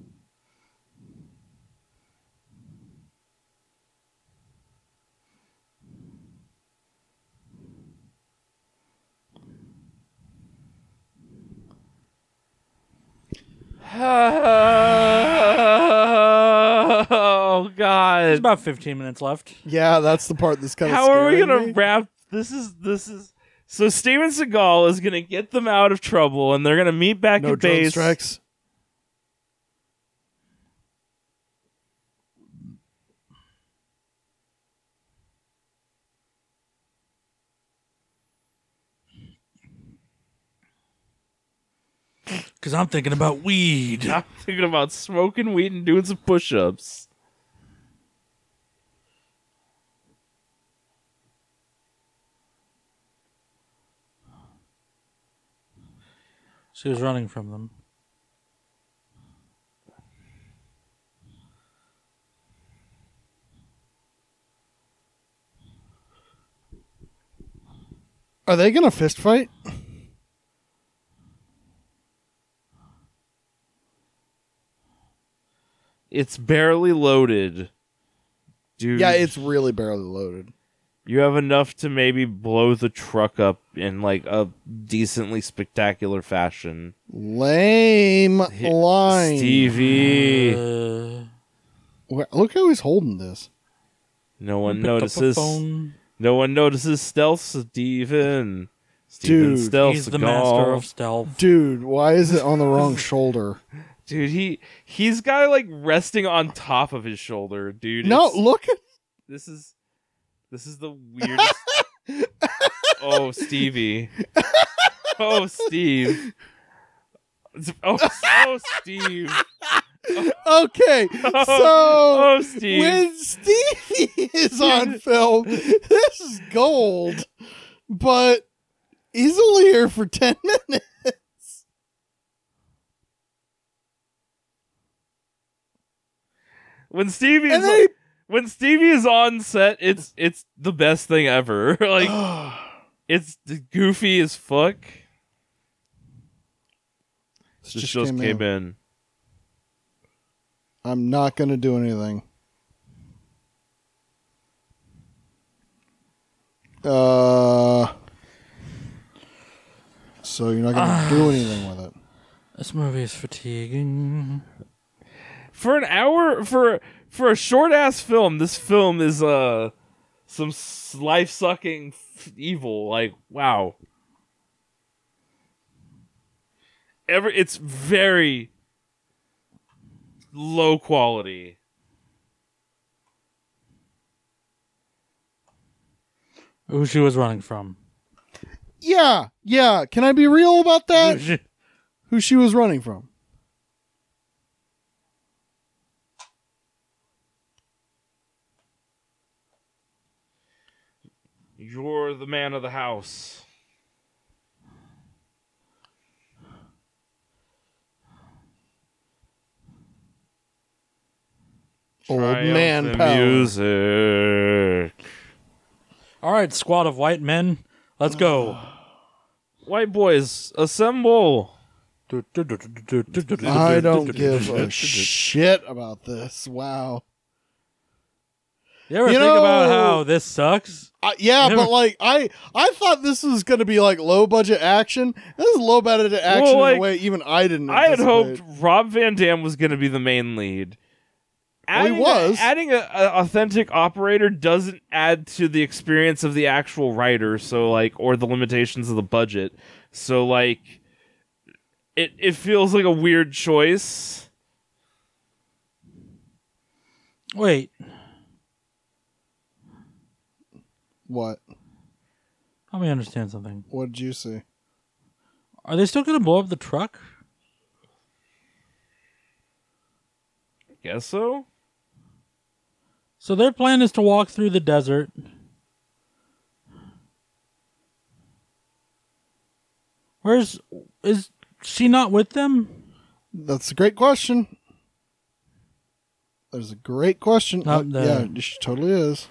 [SPEAKER 1] Oh
[SPEAKER 2] There's
[SPEAKER 1] god.
[SPEAKER 2] about 15 minutes left.
[SPEAKER 3] Yeah, that's the part that's kind of.
[SPEAKER 1] How are we gonna wrap this is this is so Steven Seagal is gonna get them out of trouble and they're gonna meet back
[SPEAKER 3] no
[SPEAKER 1] at
[SPEAKER 3] drone
[SPEAKER 1] base. *laughs*
[SPEAKER 3] strikes?
[SPEAKER 2] Because I'm thinking about weed.
[SPEAKER 1] I'm thinking about smoking weed and doing some push ups.
[SPEAKER 2] She was running from them.
[SPEAKER 3] Are they gonna fist fight?
[SPEAKER 1] It's barely loaded. Dude
[SPEAKER 3] Yeah, it's really barely loaded.
[SPEAKER 1] You have enough to maybe blow the truck up in like a decently spectacular fashion.
[SPEAKER 3] Lame line.
[SPEAKER 1] Stevie,
[SPEAKER 2] Uh,
[SPEAKER 3] Wha- Look how he's holding this.
[SPEAKER 1] no one
[SPEAKER 2] picked up a
[SPEAKER 1] notices.
[SPEAKER 2] phone.
[SPEAKER 1] No one notices stealth, Steven. Steven
[SPEAKER 3] Dude,
[SPEAKER 1] stealth.
[SPEAKER 2] He's the
[SPEAKER 1] Seagal.
[SPEAKER 2] master of stealth.
[SPEAKER 3] Dude, why is it on
[SPEAKER 1] *laughs*
[SPEAKER 3] the wrong shoulder?
[SPEAKER 1] Dude, he he's got like resting on top of his shoulder, dude.
[SPEAKER 3] No,
[SPEAKER 1] It's-
[SPEAKER 3] look at
[SPEAKER 1] this is this is the weirdest.
[SPEAKER 3] *laughs*
[SPEAKER 1] oh, Stevie. Oh, Steve. Oh, oh, Steve.
[SPEAKER 3] *laughs* Okay. So
[SPEAKER 1] *laughs* oh, Steve.
[SPEAKER 3] when Stevie is on film, this is gold. But He's only here for 10 minutes.
[SPEAKER 1] When Stevie is
[SPEAKER 3] And then
[SPEAKER 1] when Stevie is on set, it's it's the best thing ever. *laughs*
[SPEAKER 3] he-
[SPEAKER 1] like it's goofy as fuck.
[SPEAKER 3] This
[SPEAKER 1] This just, came, in.
[SPEAKER 3] I'm not going to do anything. Uh, so you're not going to
[SPEAKER 1] Ah.
[SPEAKER 3] do anything with it.
[SPEAKER 2] This movie is fatiguing.
[SPEAKER 1] for an hour for for a short ass film. This film is uh some life sucking f- evil. Like wow. Ever it's very low quality.
[SPEAKER 2] Who she was running from?
[SPEAKER 3] Yeah, yeah. Can I be real about that? Who she was running from?
[SPEAKER 1] You're the man of the house.
[SPEAKER 3] Old
[SPEAKER 1] Triumphant
[SPEAKER 3] man power.
[SPEAKER 1] music.
[SPEAKER 2] All right, squad of white men, let's go.
[SPEAKER 1] White boys, assemble. *laughs*
[SPEAKER 3] I *laughs* don't give a shit about this. Wow.
[SPEAKER 2] You ever
[SPEAKER 3] You
[SPEAKER 2] think about
[SPEAKER 3] know-
[SPEAKER 2] how this sucks?
[SPEAKER 3] I, yeah,
[SPEAKER 2] Never-
[SPEAKER 3] but like I, I thought this was gonna be like low budget action. This is low budget action in
[SPEAKER 1] like,
[SPEAKER 3] a way even I didn't.
[SPEAKER 1] I had
[SPEAKER 3] anticipate.
[SPEAKER 1] hoped Rob Van Dam was going to be the main lead.
[SPEAKER 3] Well, he
[SPEAKER 1] Adding a-
[SPEAKER 3] was.
[SPEAKER 1] adding an authentic operator doesn't add to the experience of the actual writer, so like, or the limitations of the budget. So like, it it feels like a weird choice.
[SPEAKER 2] Wait,
[SPEAKER 3] What?
[SPEAKER 2] help me understand something.
[SPEAKER 3] What did you see?
[SPEAKER 2] Are they still going to blow up the truck?
[SPEAKER 1] Guess so.
[SPEAKER 2] So their plan is to walk through the desert. Where's is she not with them?
[SPEAKER 3] That's a great question. There's a great question.
[SPEAKER 2] Not
[SPEAKER 3] Uh,
[SPEAKER 2] there.
[SPEAKER 3] Yeah, she totally is.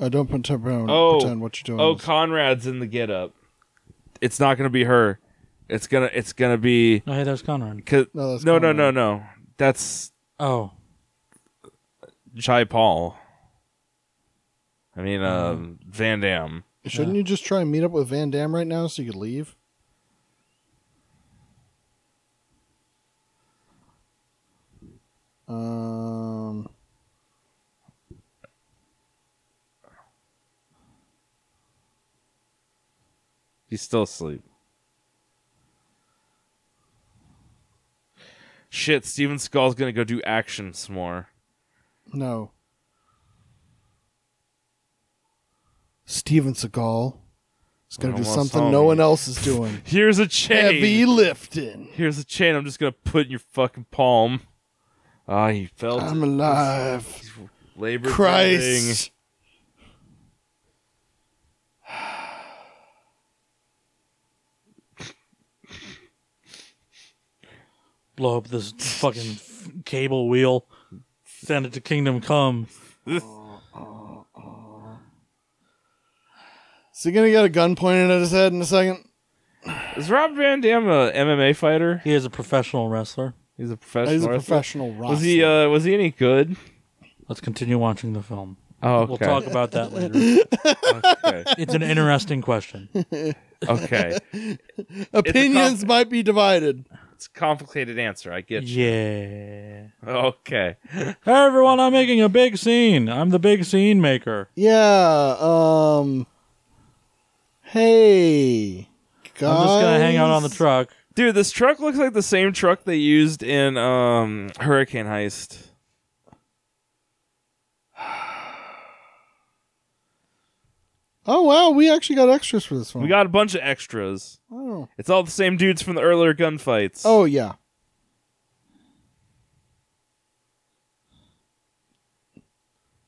[SPEAKER 3] I don't pretend,
[SPEAKER 1] Oh.
[SPEAKER 3] pretend what you're doing.
[SPEAKER 1] Oh,
[SPEAKER 3] is-
[SPEAKER 1] Conrad's in the get up. It's not going to be her. It's gonna it's gonna be
[SPEAKER 2] No, Oh, hey, there's Conrad.
[SPEAKER 1] 'cause-
[SPEAKER 3] No, that's
[SPEAKER 1] no no
[SPEAKER 3] Conrad.
[SPEAKER 1] no no. That's
[SPEAKER 2] Oh,
[SPEAKER 1] Chai Paul. I mean,
[SPEAKER 3] Mm.
[SPEAKER 1] um, Van Dam.
[SPEAKER 3] Shouldn't you just try and meet up with Van Damme right now so you could leave? Um.
[SPEAKER 1] He's still asleep. Shit, Steven Skull's gonna go do action some more.
[SPEAKER 3] No. Steven Seagal is going to
[SPEAKER 1] I
[SPEAKER 3] do
[SPEAKER 1] almost
[SPEAKER 3] something
[SPEAKER 1] saw
[SPEAKER 3] no
[SPEAKER 1] me.
[SPEAKER 3] one else is doing.
[SPEAKER 2] *laughs*
[SPEAKER 1] Here's a chain.
[SPEAKER 3] Heavy lifting.
[SPEAKER 1] Here's a chain. I'm just gonna put in your fucking palm. Ah, he felt
[SPEAKER 3] I'm
[SPEAKER 1] it.
[SPEAKER 3] alive.
[SPEAKER 1] Labor breathing.
[SPEAKER 3] Christ.
[SPEAKER 2] blow up this fucking cable wheel. Send it to Kingdom Come.
[SPEAKER 3] Is he going to get a gun pointed at his head in a second?
[SPEAKER 1] Is Rob Van Dam a MMA fighter?
[SPEAKER 2] He is a professional wrestler.
[SPEAKER 1] He's a
[SPEAKER 3] Oh,
[SPEAKER 1] professional.
[SPEAKER 3] He's a
[SPEAKER 1] wrestler.
[SPEAKER 3] professional rock.
[SPEAKER 1] Was he? Uh, was he any good?
[SPEAKER 2] Let's continue watching the film.
[SPEAKER 1] Oh, okay.
[SPEAKER 2] We'll talk about that later.
[SPEAKER 1] okay.
[SPEAKER 2] It's an interesting question.
[SPEAKER 1] Okay.
[SPEAKER 3] Opinions might be divided.
[SPEAKER 1] It's a complicated answer. I get you.
[SPEAKER 2] Yeah.
[SPEAKER 1] Okay.
[SPEAKER 2] Hey everyone, I'm making a big scene. I'm the big scene maker.
[SPEAKER 3] Yeah. Um. Hey. Guys.
[SPEAKER 2] I'm just gonna hang out on the truck.
[SPEAKER 1] Dude, this truck looks like the same truck they used in um, Hurricane Heist.
[SPEAKER 3] Oh wow, we actually got extras for this one.
[SPEAKER 1] We got a bunch of extras.
[SPEAKER 3] Oh,
[SPEAKER 1] It's all the same dudes from the earlier gunfights.
[SPEAKER 3] oh yeah.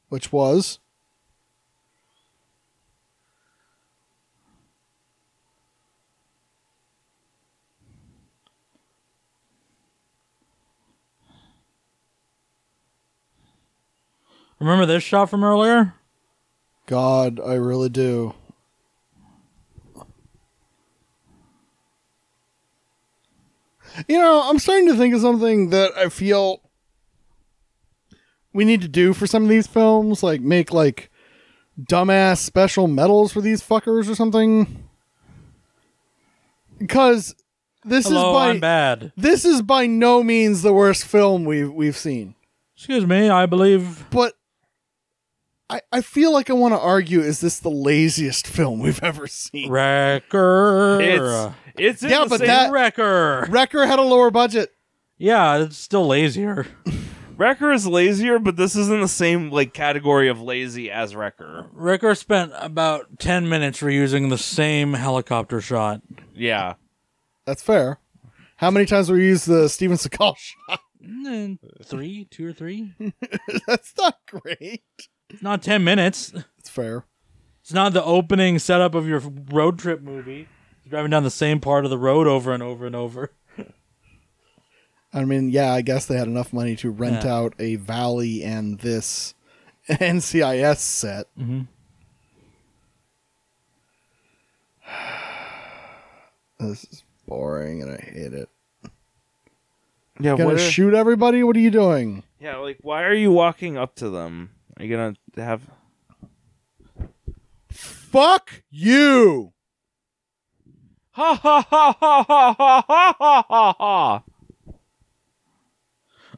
[SPEAKER 3] which was
[SPEAKER 2] Remember this shot from earlier?
[SPEAKER 3] God, I really do. You know, I'm starting to think of something that I feel we need to do for some of these films, like make like dumbass special medals for these fuckers or something. Because this
[SPEAKER 2] Hello,
[SPEAKER 3] is
[SPEAKER 2] I'm
[SPEAKER 3] by
[SPEAKER 2] bad.
[SPEAKER 3] this is by no means the worst film we've we've seen
[SPEAKER 2] Excuse me, I believe.
[SPEAKER 3] but I, I feel like I want to argue is this the laziest film we've *laughs* ever seen?
[SPEAKER 2] Wrecker.
[SPEAKER 1] It's it's in
[SPEAKER 3] Yeah,
[SPEAKER 1] the
[SPEAKER 3] but
[SPEAKER 1] same
[SPEAKER 3] that-
[SPEAKER 2] Wrecker.
[SPEAKER 3] Wrecker had a lower budget.
[SPEAKER 2] Yeah, it's still lazier.
[SPEAKER 1] Wrecker is lazier, but this is in the same like category of lazy as Wrecker.
[SPEAKER 2] Wrecker spent about 10 minutes reusing the same helicopter shot.
[SPEAKER 1] Yeah.
[SPEAKER 3] That's fair. How many times we use the Steven Seagal *laughs* shot?
[SPEAKER 2] Three, two or three?
[SPEAKER 3] That's not great.
[SPEAKER 2] It's not 10 minutes.
[SPEAKER 3] It's fair.
[SPEAKER 2] It's not the opening setup of your road trip movie. You're driving down the same part of the road over and over and over.
[SPEAKER 3] I mean, yeah, I guess they had enough money to rent
[SPEAKER 2] Yeah.
[SPEAKER 3] out a Valley and this *laughs* NCIS set.
[SPEAKER 2] Mm-hmm.
[SPEAKER 3] This is boring and I hate it.
[SPEAKER 1] Yeah,
[SPEAKER 3] Gonna
[SPEAKER 1] what
[SPEAKER 3] shoot everybody? What are you doing?
[SPEAKER 1] yeah, like why are you walking up to them? Are you gonna have
[SPEAKER 3] Fuck you!
[SPEAKER 1] ha ha ha ha ha ha ha ha ha ha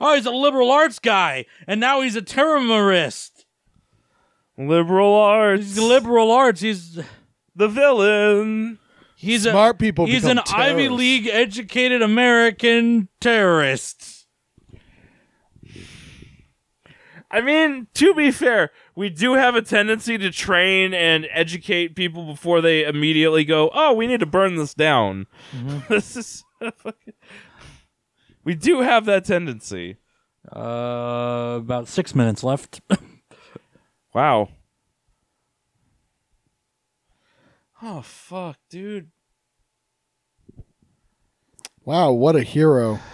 [SPEAKER 2] Oh, he's a liberal arts guy, and now he's a terrorist.
[SPEAKER 1] liberal arts
[SPEAKER 2] He's liberal arts. He's
[SPEAKER 1] the villain
[SPEAKER 2] he's
[SPEAKER 3] Smart
[SPEAKER 2] a,
[SPEAKER 3] people
[SPEAKER 2] He's an
[SPEAKER 3] become
[SPEAKER 2] Ivy
[SPEAKER 3] terrorists.
[SPEAKER 2] League educated American terrorist.
[SPEAKER 1] I mean, to be fair, we do have a tendency to train and educate people before they immediately go, "Oh, we need to burn this down." *laughs*
[SPEAKER 3] Mm-hmm.
[SPEAKER 1] this is We do have that tendency.
[SPEAKER 2] Uh, about six minutes left.
[SPEAKER 1] Wow. Oh fuck, dude.
[SPEAKER 3] Wow, what a hero.
[SPEAKER 2] *laughs*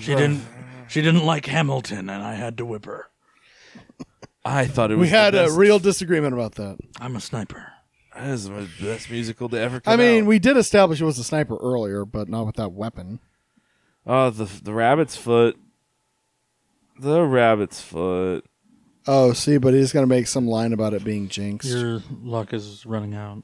[SPEAKER 2] she didn't. She didn't like Hamilton, and I had to whip her.
[SPEAKER 1] I thought it was
[SPEAKER 3] We
[SPEAKER 1] the
[SPEAKER 3] had a
[SPEAKER 1] best-
[SPEAKER 3] real disagreement about that.
[SPEAKER 2] I'm a sniper.
[SPEAKER 1] That is the best musical to ever come
[SPEAKER 3] I mean,
[SPEAKER 1] out.
[SPEAKER 3] we did establish it was a sniper earlier, but not with that weapon.
[SPEAKER 1] Oh, the the rabbit's foot. The rabbit's foot.
[SPEAKER 3] Oh, see, but he's going to make some line about it being jinxed.
[SPEAKER 2] Your luck is running out.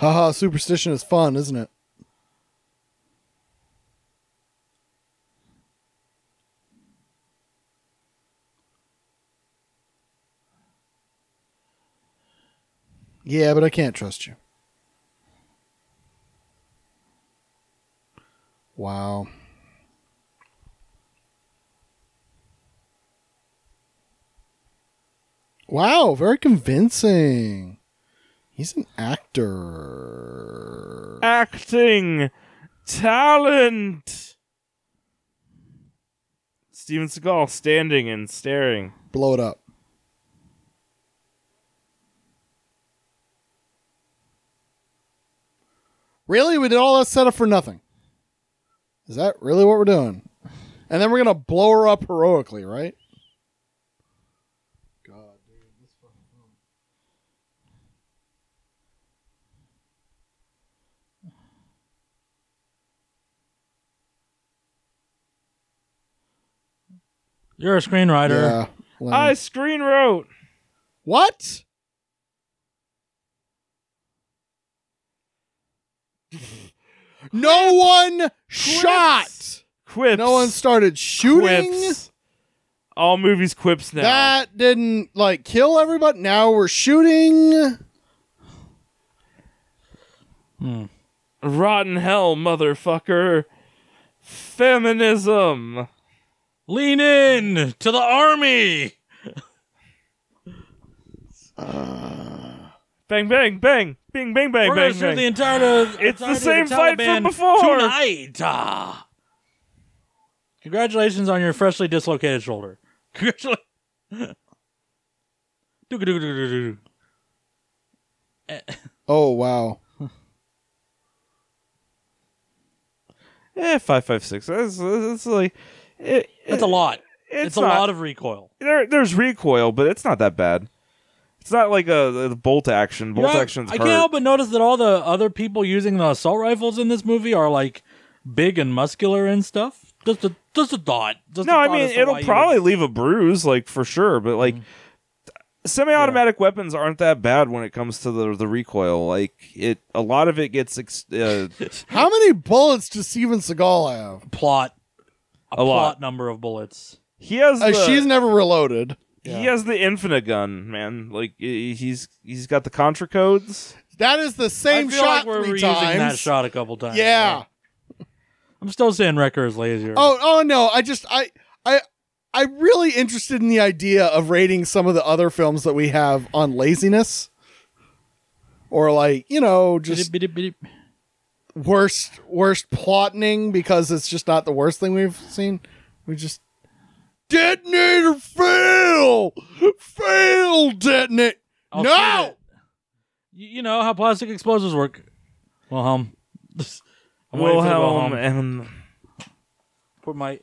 [SPEAKER 3] Haha, superstition is fun, isn't it? Yeah, but I can't trust you. Wow. Wow, very convincing. He's an actor.
[SPEAKER 1] acting talent. Steven Seagal standing and staring.
[SPEAKER 3] Blow it up. Really? We did all that setup for nothing. Is that really what we're doing? And then we're going to blow her up heroically, right? God, dude, this fucking film.
[SPEAKER 2] You're a screenwriter.
[SPEAKER 3] Yeah. lame.
[SPEAKER 1] I screen wrote.
[SPEAKER 3] What? No one shot.
[SPEAKER 1] Quips.
[SPEAKER 3] No one started shooting.
[SPEAKER 1] Quips. All movies quips now.
[SPEAKER 3] That didn't like kill everybody. Now we're shooting.
[SPEAKER 1] Rotten hell, motherfucker. Feminism.
[SPEAKER 2] Lean in to the army.
[SPEAKER 1] Bang, bang, bang. Bing, bang, bang, bang,
[SPEAKER 2] We're gonna shoot
[SPEAKER 1] bang.
[SPEAKER 2] the entire.
[SPEAKER 1] It's the
[SPEAKER 2] entirety of
[SPEAKER 1] same fight from
[SPEAKER 2] Taliban
[SPEAKER 1] before.
[SPEAKER 2] Tonight. Ah. Congratulations on your freshly dislocated shoulder. *laughs* Congratulations.
[SPEAKER 3] Oh wow.
[SPEAKER 1] eh, 556. That's, that's like. It,
[SPEAKER 2] That's a lot.
[SPEAKER 1] It's,
[SPEAKER 2] It's, a
[SPEAKER 1] not-
[SPEAKER 2] lot of recoil.
[SPEAKER 1] There, there's recoil, but it's not that bad. It's not like a, a bolt action. Bolt
[SPEAKER 2] You know,
[SPEAKER 1] action's
[SPEAKER 2] I
[SPEAKER 1] hurt.
[SPEAKER 2] can't help but notice that all the other people using the assault rifles in this movie are like big and muscular and stuff. Just a just a thought. Just a
[SPEAKER 1] no, I
[SPEAKER 2] thought
[SPEAKER 1] mean
[SPEAKER 2] as to why
[SPEAKER 1] it'll
[SPEAKER 2] you
[SPEAKER 1] probably leave a bruise, like for sure. But like,
[SPEAKER 2] Mm-hmm.
[SPEAKER 1] semi-automatic weapons aren't that bad when it comes to the the recoil. Like it, a lot of it gets ex- uh,
[SPEAKER 3] How many bullets does Steven Seagal have?
[SPEAKER 2] would *laughs* plot a,
[SPEAKER 1] A lot.
[SPEAKER 2] plot number of bullets.
[SPEAKER 1] he has.
[SPEAKER 3] Uh,
[SPEAKER 1] the,
[SPEAKER 3] she's never reloaded.
[SPEAKER 1] He has the infinite gun, man. Like i- he's he's got the contra codes.
[SPEAKER 3] That is the same
[SPEAKER 2] I feel
[SPEAKER 3] shot
[SPEAKER 2] like we're
[SPEAKER 3] three
[SPEAKER 2] reusing
[SPEAKER 3] times.
[SPEAKER 2] that shot a couple times.
[SPEAKER 3] Yeah.
[SPEAKER 2] I'm still saying Wrecker is lazier.
[SPEAKER 3] Oh, oh no! I just I I I'm really interested in the idea of rating some of the other films that we have on laziness, or like you know just
[SPEAKER 2] Bidip-bidip-bidip.
[SPEAKER 3] worst worst plotting because it's just not the worst thing we've seen. We just detonator fail, fail detonate.
[SPEAKER 2] I'll say
[SPEAKER 3] no,
[SPEAKER 2] that- You you know how plastic explosives work. Wilhelm. I'm waiting for the
[SPEAKER 1] Wilhelm and
[SPEAKER 2] put my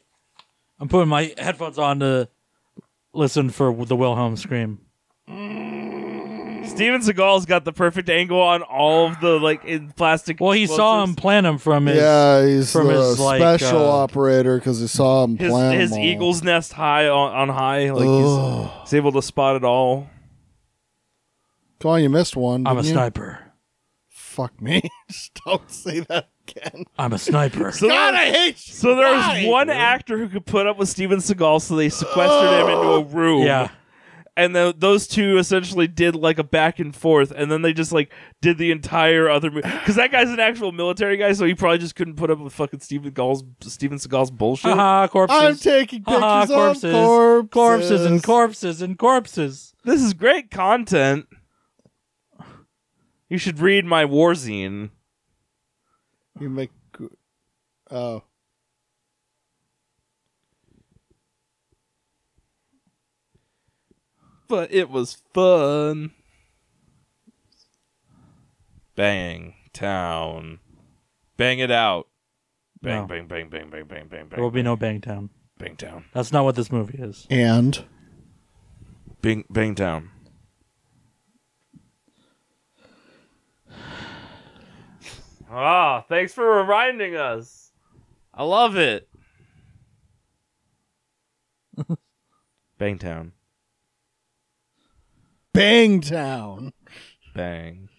[SPEAKER 2] I'm putting my headphones on to listen for the Wilhelm scream.
[SPEAKER 1] Steven Seagal's got the perfect angle on all of the like in plastic.
[SPEAKER 2] Well, he saw him
[SPEAKER 1] explosives.
[SPEAKER 2] plan him from his.
[SPEAKER 3] yeah, he's
[SPEAKER 2] from
[SPEAKER 3] the
[SPEAKER 2] his, like,
[SPEAKER 3] special
[SPEAKER 2] uh,
[SPEAKER 3] operator because he saw him
[SPEAKER 1] His,
[SPEAKER 3] plan
[SPEAKER 1] his
[SPEAKER 3] them all.
[SPEAKER 1] eagle's nest high on, on high, like
[SPEAKER 3] Ugh.
[SPEAKER 1] he's, he's able to spot it all.
[SPEAKER 3] Come on, you missed one.
[SPEAKER 2] I'm a
[SPEAKER 3] didn't you?
[SPEAKER 2] sniper.
[SPEAKER 3] Fuck me. *laughs* Just don't say that again.
[SPEAKER 2] I'm a
[SPEAKER 3] *laughs*
[SPEAKER 2] sniper.
[SPEAKER 1] So
[SPEAKER 3] God,
[SPEAKER 1] there-
[SPEAKER 3] I hate you.
[SPEAKER 1] So there
[SPEAKER 3] Why?
[SPEAKER 1] was one actor who could put up with Steven Seagal, so they sequestered him into a room.
[SPEAKER 2] yeah.
[SPEAKER 1] and tho- those two essentially did like a back and forth, and then they just like did the entire other movie because that guy's an actual military guy, so he probably just couldn't put up with fucking Steven Seagal's Steven Seagal's bullshit.
[SPEAKER 2] Haha,
[SPEAKER 3] I'm
[SPEAKER 2] corpses.
[SPEAKER 3] taking pictures
[SPEAKER 2] Haha, corpses.
[SPEAKER 3] of corpses.
[SPEAKER 2] Corpses and corpses and corpses.
[SPEAKER 1] This is great content. You should read my war zine.
[SPEAKER 3] You make. good- Oh.
[SPEAKER 1] but it was fun. Bang town, bang it out. Bang
[SPEAKER 2] No.
[SPEAKER 1] bang bang bang bang bang bang
[SPEAKER 2] There will
[SPEAKER 1] bang
[SPEAKER 2] be no Bangtown.
[SPEAKER 1] bang town.
[SPEAKER 2] That's not what this movie is.
[SPEAKER 3] And.
[SPEAKER 1] Bing bang town. Ah, thanks for reminding us. I love *laughs* it. Bangtown.
[SPEAKER 3] Bangtown.
[SPEAKER 1] Bang.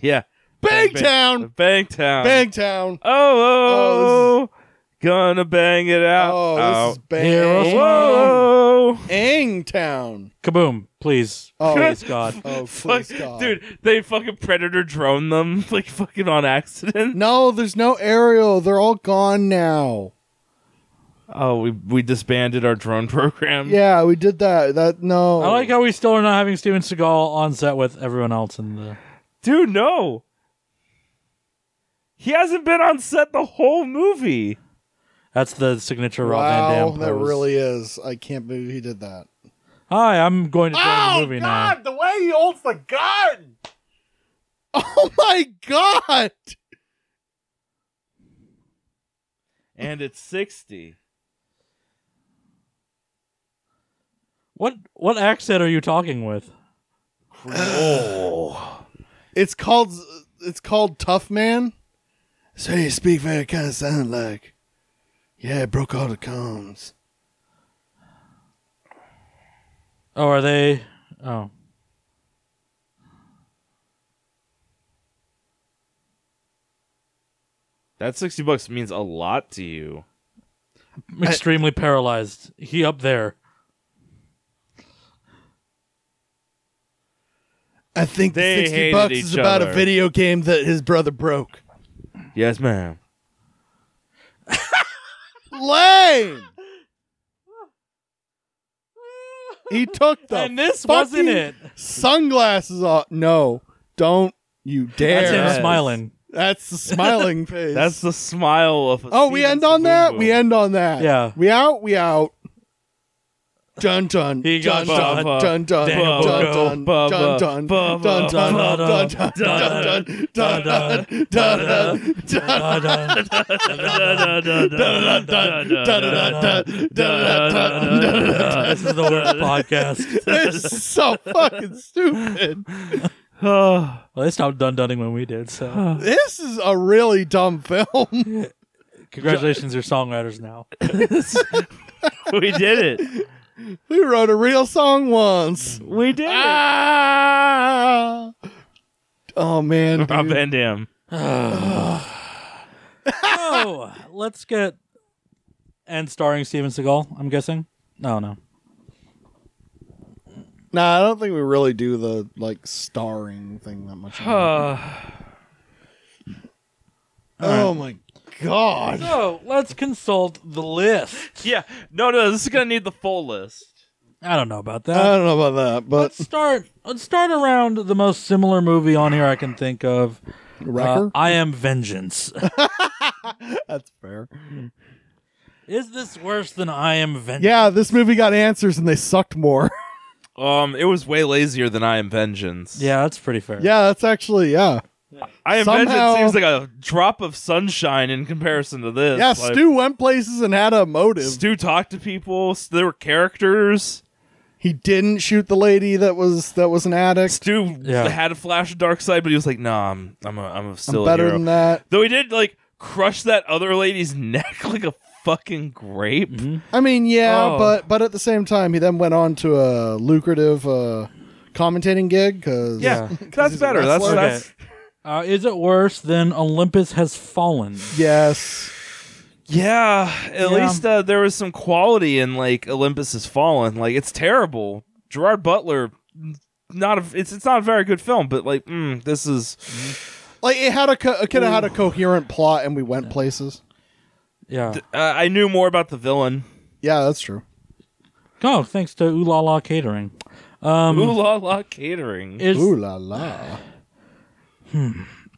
[SPEAKER 1] Yeah.
[SPEAKER 3] Bangtown.
[SPEAKER 1] Bangtown.
[SPEAKER 3] Bangtown.
[SPEAKER 1] Oh, oh, oh. gonna bang it out. oh.
[SPEAKER 3] Oh, this is
[SPEAKER 2] Hero.
[SPEAKER 1] Whoa,
[SPEAKER 3] Bang.
[SPEAKER 1] Whoa.
[SPEAKER 3] Angtown.
[SPEAKER 2] Kaboom! Please,
[SPEAKER 3] Oh.
[SPEAKER 2] please,
[SPEAKER 3] *laughs*
[SPEAKER 2] God.
[SPEAKER 1] *laughs*
[SPEAKER 3] Oh,
[SPEAKER 1] Fuck,
[SPEAKER 3] please, God.
[SPEAKER 1] dude, they fucking predator drone them *laughs* like fucking on accident.
[SPEAKER 3] No, there's no aerial. They're all gone now.
[SPEAKER 1] Oh, we we disbanded our drone program.
[SPEAKER 3] Yeah, we did that. That no.
[SPEAKER 2] I like how we still are not having Steven Seagal on set with everyone else in the.
[SPEAKER 1] dude, no. He hasn't been on set the whole movie.
[SPEAKER 2] That's the signature Rob
[SPEAKER 3] wow,
[SPEAKER 2] Van Dam
[SPEAKER 3] that
[SPEAKER 2] pose.
[SPEAKER 3] really is. I can't believe he did that.
[SPEAKER 2] Hi, I'm going to join
[SPEAKER 3] Oh,
[SPEAKER 2] the movie now.
[SPEAKER 3] the way he holds the gun! *laughs* Oh my god!
[SPEAKER 1] And it's 60.
[SPEAKER 2] What what accent are you talking with?
[SPEAKER 1] Oh.
[SPEAKER 3] It's called it's called Tough Man. So you speak very kind of sound like, yeah, it broke all the combs.
[SPEAKER 2] Oh, are they? Oh,
[SPEAKER 1] That 60 bucks means a lot to you.
[SPEAKER 2] I'm extremely paralyzed. He up there.
[SPEAKER 3] I think
[SPEAKER 1] They
[SPEAKER 3] the 60
[SPEAKER 1] hated
[SPEAKER 3] bucks
[SPEAKER 1] each
[SPEAKER 3] is about
[SPEAKER 1] other.
[SPEAKER 3] a video game that his brother broke.
[SPEAKER 1] Yes, ma'am.
[SPEAKER 3] Lame. he took the
[SPEAKER 2] and this
[SPEAKER 3] fucking
[SPEAKER 2] wasn't it.
[SPEAKER 3] sunglasses off. No, don't you dare.
[SPEAKER 2] That's
[SPEAKER 1] Yes.
[SPEAKER 2] him smiling.
[SPEAKER 3] That's the smiling face.
[SPEAKER 1] That's the smile of. A
[SPEAKER 3] Oh, we
[SPEAKER 1] Steven
[SPEAKER 3] end on that.
[SPEAKER 1] Sabubu.
[SPEAKER 3] We end on that.
[SPEAKER 2] Yeah.
[SPEAKER 3] We out. We out. Dun dun.
[SPEAKER 2] He got
[SPEAKER 3] dun
[SPEAKER 1] Bubba.
[SPEAKER 3] dun dun dun
[SPEAKER 2] Dang,
[SPEAKER 3] dun dun
[SPEAKER 1] Bubba.
[SPEAKER 3] dun dun dun
[SPEAKER 1] Bubba.
[SPEAKER 3] dun dun
[SPEAKER 2] Bubba.
[SPEAKER 3] dun dun dun dun dun dun dun dun *laughs*
[SPEAKER 2] this is the *laughs* worst podcast.
[SPEAKER 3] This is so fucking stupid.
[SPEAKER 1] Oh,
[SPEAKER 2] Well, they stopped dun dunning when we did. So
[SPEAKER 3] This is a really dumb film. *laughs*
[SPEAKER 2] congratulations, you're songwriters now.
[SPEAKER 1] *sighs* we did it.
[SPEAKER 3] We wrote a real song once.
[SPEAKER 1] We did it.
[SPEAKER 3] Ah.
[SPEAKER 1] *laughs*
[SPEAKER 3] Oh man,
[SPEAKER 1] Rob
[SPEAKER 3] dude.
[SPEAKER 1] Van Dam. *sighs*
[SPEAKER 2] so let's get and starring Steven Seagal. I'm guessing. No, no.
[SPEAKER 3] Nah, I don't think we really do the like starring thing that much.
[SPEAKER 1] Uh,
[SPEAKER 3] Oh my god.
[SPEAKER 2] So let's consult the list.
[SPEAKER 1] yeah. No, no. This is gonna need the full list.
[SPEAKER 2] I don't know about that.
[SPEAKER 3] I don't know about that, but
[SPEAKER 2] let's start. Let's start around the most similar movie on here I can think of. Uh,
[SPEAKER 3] Wrecker?
[SPEAKER 2] I am
[SPEAKER 3] *laughs*
[SPEAKER 2] Vengeance.
[SPEAKER 3] That's fair.
[SPEAKER 2] Is this worse than I am Vengeance?
[SPEAKER 3] Yeah, this movie got answers and they sucked more. *laughs*
[SPEAKER 1] Um, it was way lazier than I Am Vengeance.
[SPEAKER 2] Yeah, that's pretty fair.
[SPEAKER 3] yeah, that's actually yeah.
[SPEAKER 1] I Am
[SPEAKER 3] Somehow-
[SPEAKER 1] Vengeance seems like a drop of sunshine in comparison to this.
[SPEAKER 3] yeah,
[SPEAKER 1] Like,
[SPEAKER 3] Stu went places and had a motive.
[SPEAKER 1] Stu talked to people. s- There were characters.
[SPEAKER 3] he didn't shoot the lady that was that was an addict.
[SPEAKER 1] Stu
[SPEAKER 2] Yeah.
[SPEAKER 1] had a flash of dark side, but he was like, "Nah, I'm, I'm, a, I'm a still
[SPEAKER 3] I'm
[SPEAKER 1] a
[SPEAKER 3] better
[SPEAKER 1] hero."
[SPEAKER 3] than that.
[SPEAKER 1] Though he did like crush that other lady's *laughs* neck like a fucking grape.
[SPEAKER 3] I mean, yeah,
[SPEAKER 1] Oh.
[SPEAKER 3] but but at the same time, he then went on to a lucrative uh, commentating gig because
[SPEAKER 1] Yeah,
[SPEAKER 3] he's
[SPEAKER 1] that's
[SPEAKER 3] a
[SPEAKER 1] better. That's
[SPEAKER 3] wrestler.
[SPEAKER 1] that's
[SPEAKER 2] Uh, is it worse than Olympus Has Fallen?
[SPEAKER 3] yes,
[SPEAKER 1] yeah. At
[SPEAKER 2] Yeah.
[SPEAKER 1] least uh, there was some quality in like Olympus Has Fallen. Like it's terrible. Gerard Butler, n- not a, it's it's not a very good film, but like mm, this is
[SPEAKER 3] like it had a co- it could have had a coherent plot and we went places.
[SPEAKER 2] Yeah.
[SPEAKER 1] uh, I knew more about the villain.
[SPEAKER 3] Yeah, that's true.
[SPEAKER 2] Oh, thanks to Ooh La La Catering.
[SPEAKER 1] *laughs*
[SPEAKER 2] Um,
[SPEAKER 1] Ooh la la catering.
[SPEAKER 2] Is
[SPEAKER 3] Ooh la la.
[SPEAKER 2] I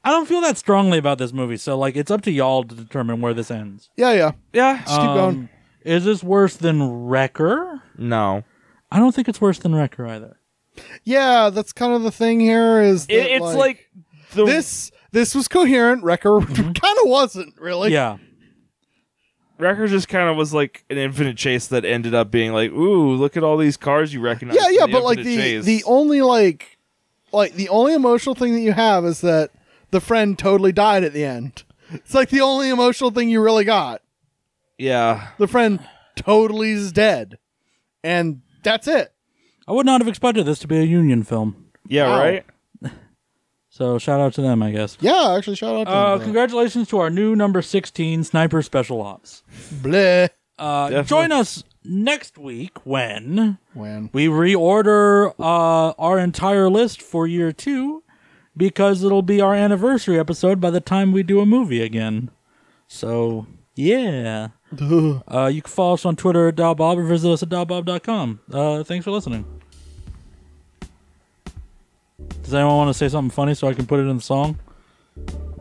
[SPEAKER 2] don't feel that strongly about this movie, so like it's up to y'all to determine where this ends. Um,
[SPEAKER 3] Yeah, yeah.
[SPEAKER 1] yeah.
[SPEAKER 3] Just keep going.
[SPEAKER 2] Is this worse than Wrecker?
[SPEAKER 1] No.
[SPEAKER 2] I don't think it's worse than Wrecker either.
[SPEAKER 3] Yeah, that's kind of the thing here is that,
[SPEAKER 1] It, it's like, the Mm-hmm.
[SPEAKER 3] this this was coherent, Wrecker *laughs* kind of wasn't really.
[SPEAKER 2] yeah.
[SPEAKER 1] record just kind of was like an infinite chase that ended up being like, ooh, look at all these cars you recognize.
[SPEAKER 3] Yeah,
[SPEAKER 1] from
[SPEAKER 3] yeah, but like
[SPEAKER 1] Infinite
[SPEAKER 3] the
[SPEAKER 1] Chase.
[SPEAKER 3] the only like like the only emotional thing that you have is that the friend totally died at the end. It's like the only emotional thing you really got.
[SPEAKER 1] yeah.
[SPEAKER 3] The friend totally is dead. And that's it.
[SPEAKER 2] I would not have expected this to be a union film.
[SPEAKER 1] Yeah,
[SPEAKER 3] Wow.
[SPEAKER 1] right?
[SPEAKER 2] So shout out to them, I guess.
[SPEAKER 3] Yeah, actually shout out to
[SPEAKER 2] Uh,
[SPEAKER 3] him for
[SPEAKER 2] congratulations to our new number 16 sniper special ops.
[SPEAKER 3] that.
[SPEAKER 2] Uh,
[SPEAKER 1] Definitely.
[SPEAKER 2] join us next week when
[SPEAKER 3] Bleh. When
[SPEAKER 2] we reorder uh, our entire list for year two because it'll be our anniversary episode by the time we do a movie again. So, yeah. Uh, you can follow us on Twitter at DalBob or visit us at DalBob.com. Uh, thanks for listening. Does anyone want to say something funny so I can put it in the song?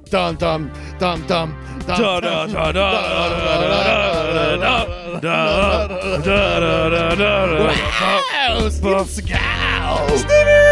[SPEAKER 3] dum dum dum dum
[SPEAKER 1] da
[SPEAKER 3] dum
[SPEAKER 1] da da da da da da da da da da da da da
[SPEAKER 3] Wow, Steven Seagal!